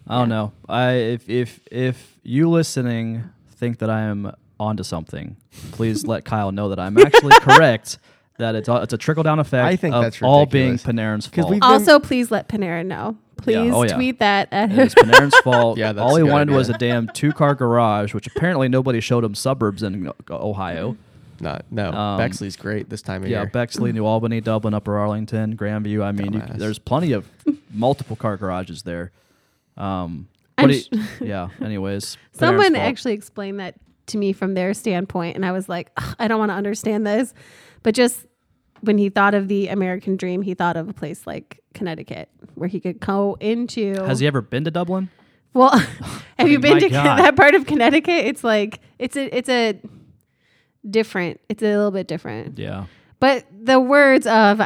I don't know. I if if if you listening think that I am onto something, please let Kyle know that I'm
(laughs)
actually correct. That it's a, it's a trickle down effect.
I think
of
that's
all
ridiculous.
being Panarin's
'Cause
fault.
we've-
also, please let Panera know. Please
oh, yeah.
tweet that at
It
him.
(laughs)
was Panarin's fault.
Yeah, that's
all he
a good
wanted
idea.
was a damn two car garage, which apparently nobody showed him suburbs in Ohio.
Not no.
Um,
Bexley's great this time of
Yeah,
year.
Bexley, New Albany, Dublin, Upper Arlington, Grandview. I mean, you,
Dumbass.
there's plenty of (laughs) multiple car garages there. Um, but
I'm
he-
sh- (laughs)
yeah. Anyways, Panarin's
Someone
fault.
actually explained that to me from their standpoint, and I was like, "Ugh, I don't want to understand this. But just when he thought of the American dream, he thought of a place like Connecticut where he could go into.
has he ever been to Dublin? (laughs)
well, (laughs) have you been
my
to
God.
that part of Connecticut? It's like it's a it's a different. It's a little bit different.
Yeah.
But the words of,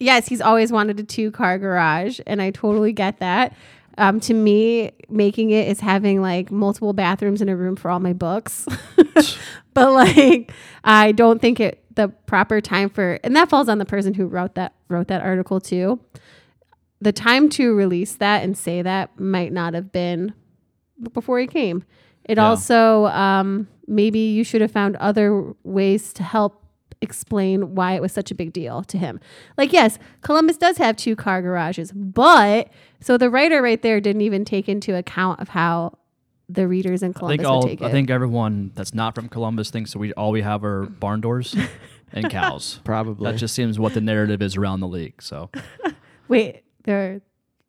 yes, he's always wanted a two car garage, and I totally get that. Um, to me, making it is having like multiple bathrooms in a room for all my books. (laughs) but like, I don't think it the proper time for, and that falls on the person who wrote that wrote that article too. The time to release that and say that might not have been before he came. It
Yeah.
also um, maybe you should have found other ways to help explain why it was such a big deal to him. Like, yes, Columbus does have two car garages, but so the writer right there didn't even take into account of how the readers in
I
Columbus
think all.
would take
I
it.
think everyone that's not from Columbus thinks that we all we have are barn doors
(laughs)
and cows.
Probably.
That just seems what the narrative is around the league.
(laughs)
So,
Wait, there,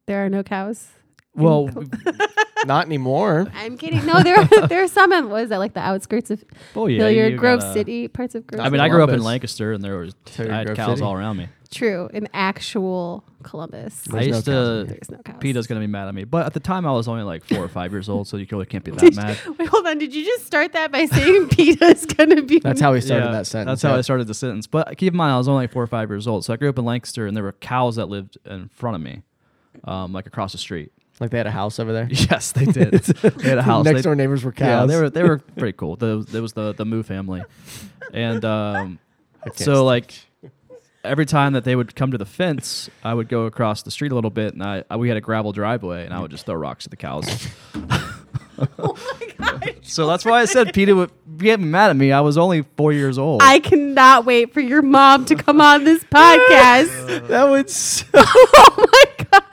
there are no cows. (laughs)
well,
Not anymore.
I'm kidding. No, (laughs) there, are, there are some. In, what is that? Like the outskirts of
oh yeah,
Hilliard,
you
Grove
gotta-
City, parts of Grove.
I mean, I grew up in
Columbus.
Lancaster, and there was
Hilliard,
I had
Grove
cows
City.
all around me.
true in actual Columbus.
I
no
used
cows
to.
There's no cows.
Peta's gonna be mad at me, but at the time I was only like four or five years old, so you really can't be
(laughs)
that mad.
(laughs) Wait, hold on. Did you just start that by saying (laughs) Peta's gonna be?
That's how he started
Yeah,
that sentence.
That's how I started the sentence. But keep in mind, I was only like four or five years old, so I grew up in Lancaster, and there were cows that lived in front of me, um, like across the street. (laughs)
Like they had a house over (laughs) there.
Yes, they did.
(laughs)
they had a house.
Next
They-
door neighbors were cows.
Yeah, they were
(laughs)
they were pretty cool. The, there was the the Moo family,
(laughs)
and um, so like every time that they would come to the fence, I would go across the street a little bit, and I, I- we had a gravel driveway, and I would just throw rocks at the cows.
(laughs) oh my gosh.
so that's why I said Peter would get mad at me. I was only four years old.
I cannot wait for your mom to come
(laughs)
on this podcast. (laughs)
that (laughs) would. So,
oh my god.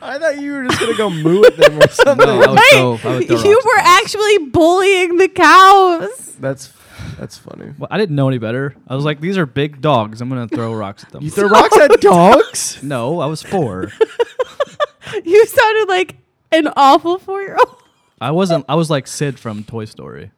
I thought you were just gonna go moo at (laughs) them or something.
No, Oh, I would throw- I would throw
you
rocks.
were actually bullying the cows.
That's that's funny.
Well, I didn't know any better. I was like, these are big dogs. I'm gonna throw rocks at them.
You throw rocks (laughs) at dogs?
(laughs) no, I
(laughs)
was four.
You sounded like an awful four year old.
I wasn't. I was like Sid from Toy Story.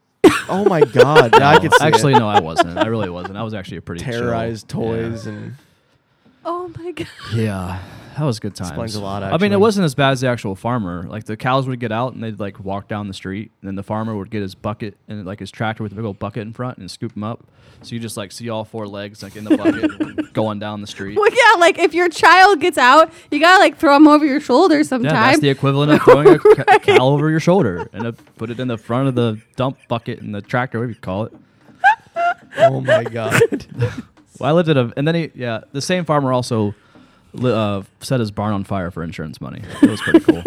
Oh my god! Yeah, I could see
actually
it.
no, I wasn't. I really wasn't. I was actually a pretty chill-
terrorize toys (laughs) and
(laughs) Oh my god.
Yeah, that was good times.
Explains a lot,
I mean,
actually.
it wasn't as bad as the actual farmer. Like the cows would get out and they'd like walk down the street, and then the farmer would get his bucket and like his tractor with a big old bucket in front and scoop them up. So you just like see all four legs like in the (laughs) bucket going down the street.
(laughs) Well, yeah, like if your child gets out, you gotta like throw him over your shoulder
Yeah,
sometime.
that's the
(laughs)
equivalent of (laughs) throwing a ca- cow over your shoulder and uh, put it in the front of the dump bucket and the tractor, whatever you call it.
oh my (laughs) god!
Well, I lived at a, and then he, yeah, the same farmer also li- uh, set his barn on fire for insurance money. It was pretty
(laughs)
cool.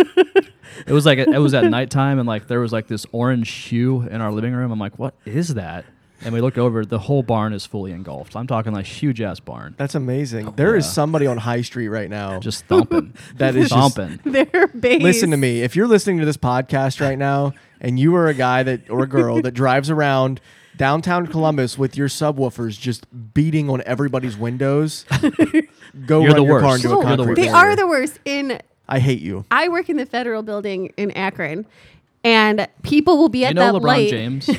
it was like it was at nighttime, and like there was like this orange hue in our living room. I'm like, what is that? And we look over, the whole barn is fully engulfed. I'm talking like huge ass barn,
That's amazing. There is
Yeah.
somebody on High Street right now. Just
just
(laughs)
thumping.
That is just-
thumping.
Their base.
listen to me. If you're listening to this podcast right now, and you are a guy that or a girl
(laughs)
that drives around downtown Columbus with your subwoofers just beating on everybody's
(laughs)
windows, go
You're
run
the
your car
worst.
into a
You're Oh,
No,
the
concrete
they
barrier.
are the worst in
I hate you.
I work in the federal building in Akron, and people will be at
You know LeBron
that light. (laughs)
James.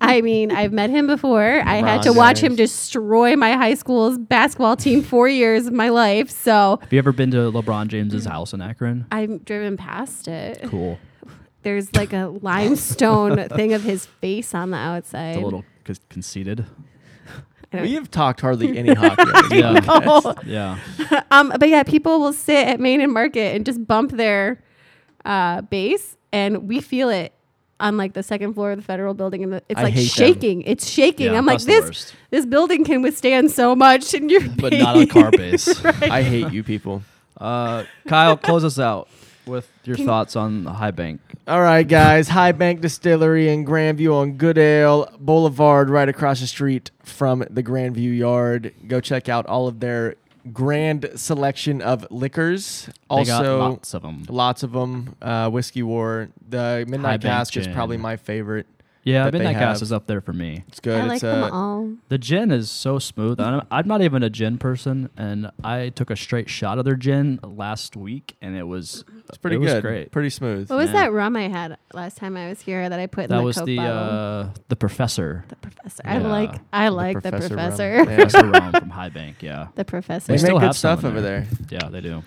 I mean, I've met him before.
(laughs)
I had
LeBron
to watch
James.
him destroy my high school's basketball team four years of my life. So
Have you ever been to LeBron James's house in Akron?
I've driven past it.
Cool.
There's like a
(laughs)
limestone thing of his face on the outside.
It's a little con- conceited.
I don't-
We have talked
(laughs)
hardly any hockey.
Yeah.
(laughs) Oh.
Yeah.
um, but yeah, people will sit at Main and Market and just bump their uh, bass, and we feel it on like the second floor of the federal building, and the, it's
I
like
hate them.
shaking. It's shaking.
Yeah,
I'm like
that's the
this.
worst.
This building can withstand so much, and you're
but not
(laughs)
on car base.
I hate you people.
Uh, Kyle, close us out with your thoughts on the high bank.
All right, guys. High Bank Distillery in Grandview on Goodale Boulevard, right across the street from the Grandview Yard. Go check out all of their grand selection of liquors.
They got
also,
lots of them.
lots of them. Uh, Whiskey War. The
High
Midnight
Bank
Cask is
Gin.
probably my favorite.
Yeah,
that they
Midnight Gas
have.
is up there for me.
It's good.
I like
it's
them
uh,
all.
The gin is so smooth. I'm, I'm not even a gin person, and I took a straight shot of their gin last week, and it was
it's pretty
it
good.
Was great.
Pretty smooth.
What was
Yeah.
that rum I had last time I was here that I put in
that
the
was
Coke
the
bottle?
uh, the professor.
the professor. I
yeah.
like. I like the
Professor
professor.
rum. Yeah.
Professor Rom from High Bank. Yeah,
(laughs)
They
The professor.
They
still
make
have
good
some
stuff
in
over
there.
there.
yeah, they do.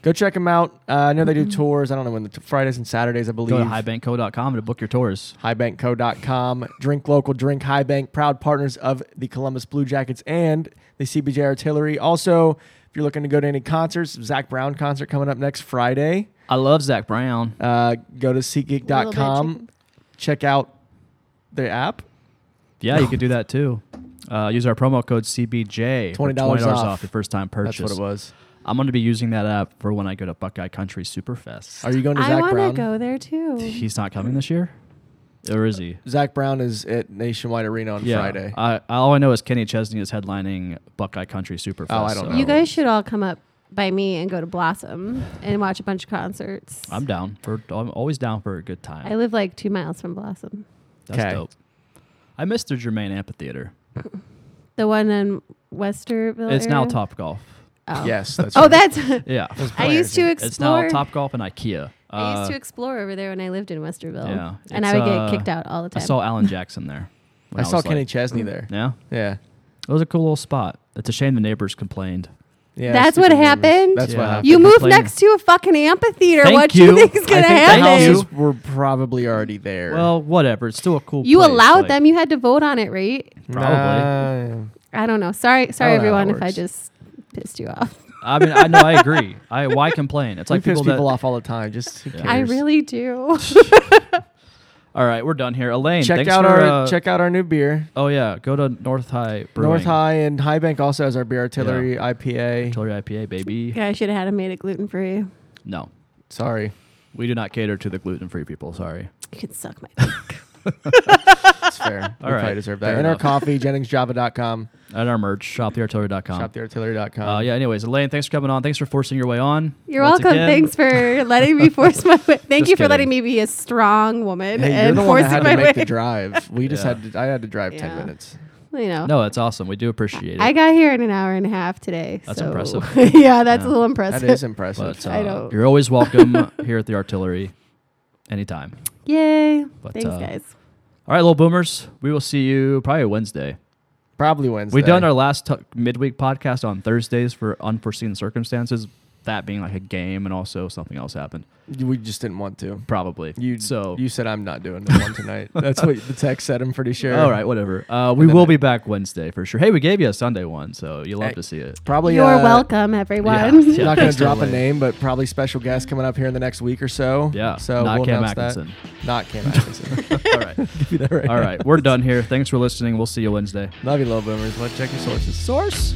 Go check them out. Uh, I know they do
Mm-hmm.
tours. I don't know when the t- Fridays and Saturdays, I believe.
Go to highbankco.com to book your tours.
highbankco.com. Drink local, drink High Bank. Proud partners of the Columbus Blue Jackets and the CBJ Artillery. Also, if you're looking to go to any concerts, Zach Brown concert coming up next Friday.
I love Zach Brown.
Uh, go to
Little bit
SeatGeek.com.
chicken.
Check out their app.
Yeah, you could do that too. Uh, use our promo code CBJ for
$20
$20
off.
your first time purchase.
That's what it was.
I'm going to be using that app for when I go to Buckeye Country Superfest.
Are you going to
I
Zach
want to
Brown?
go there too.
He's not coming this year, or is he?
Zach Brown is at Nationwide Arena on Friday.
I, all I know is Kenny Chesney is headlining Buckeye Country Superfest.
Oh, I don't know.
You guys should all come up by me and go to Blossom and watch a bunch of concerts.
I'm down for. I'm always down for a good time.
I live like two miles from Blossom.
That's
'Kay.
dope. I missed the Germain Amphitheater.
The one in Westerville.
It's now
area?
Top Golf.
Oh.
Yes, that's
Oh,
right.
(laughs)
that's.
Yeah,
(laughs) I used to explore.
it's now Top Golf and IKEA.
I used to
Uh,
explore over there when I lived in Westerville.
yeah,
And
it's,
I would
uh,
get kicked out all the
I
time.
saw Alan Jackson there. when
I saw
was,
Kenny
like- Mm.
Chesney there.
yeah,
Yeah.
it was a cool little spot. It's a shame the neighbors complained.
Yeah,
That's
stupid
what
neighbors.
happened?
That's what
Yeah.
happened.
you moved
Complain.
next to a fucking amphitheater.
Thank
what do (laughs) you
you.
think is
I
going
think
to
the
happen?
houses were probably already there.
Well, whatever. It's still a cool.
You
place,
allowed
like,
them. You had to vote on it, right?
Probably.
Nah.
I don't know. Sorry, sorry
I don't know how
everyone
that
if I
works.
just pissed you off.
I mean, I know. I agree. I why complain? It's
It's like
like
we piss
people
people,
that
off all the time. Just who
Yeah.
cares?
I
(laughs)
really do.
All right, we're done here. Elaine,
check
thanks
out
for,
our
uh,
check out our new beer.
Oh yeah, go to North High Brewing.
North High and High Bank also has our beer artillery IPA.
Artillery IPA, baby.
Yeah, I should have had it made it gluten free.
No,
Sorry,
we do not cater to the gluten-free people. Sorry.
You can suck
(laughs)
my dick.
it's fair. we
All right.
probably deserve that.
Fair
And
enough.
our coffee,
(laughs)
JenningsJava.com,
And our merch, shoptheartillery.com.
shoptheartillery.com.
Uh, yeah. Anyways, Elaine, thanks for coming on. Thanks for forcing your way on.
You're
Once
welcome.
again.
Thanks for letting
(laughs)
me force my way. Thank
Just
you for letting me
kidding.
be a strong woman
Hey, you're
and
the one
forcing
that had to
my
make
way.
the drive. We just
Yeah.
had to, I had to drive ten
Yeah.
minutes.
(laughs) you know,
No, that's awesome. We do appreciate it.
I got here in an hour and a half today.
That's
so-
impressive.
(laughs) yeah, that's
Yeah.
a little
That
impressive.
is impressive.
but uh,
I don't-
you're always welcome here at the Artillery, anytime.
(laughs) Yay!
But,
Thanks,
uh,
guys.
All right, little boomers. We will see you probably Wednesday.
probably Wednesday.
We've done our last t- midweek podcast on Thursdays for unforeseen circumstances. That being like a game, and also something else happened.
We just didn't want to.
Probably.
You
so
you said I'm not doing the one tonight. That's
(laughs)
what the text said. I'm pretty sure.
All right, whatever. Uh, we
then
will
I-
be back Wednesday for sure. Hey, we gave you a Sunday one, so you'll love
Hey.
to see it.
Probably
You're
uh,
welcome, everyone. (laughs)
Yeah,
I'm not going
thanks
to
to
drop a
Elaine.
name, but probably special guest coming up here in the next week or so.
Yeah,
So
not
we'll
Cam
announce
Atkinson.
that. Not Cam Atkinson.
(laughs) All
(laughs)
right,
Be that right.
all right. We're done here. Thanks for listening. We'll see you Wednesday.
Love you, little boomers. Let's check your sources.
Source.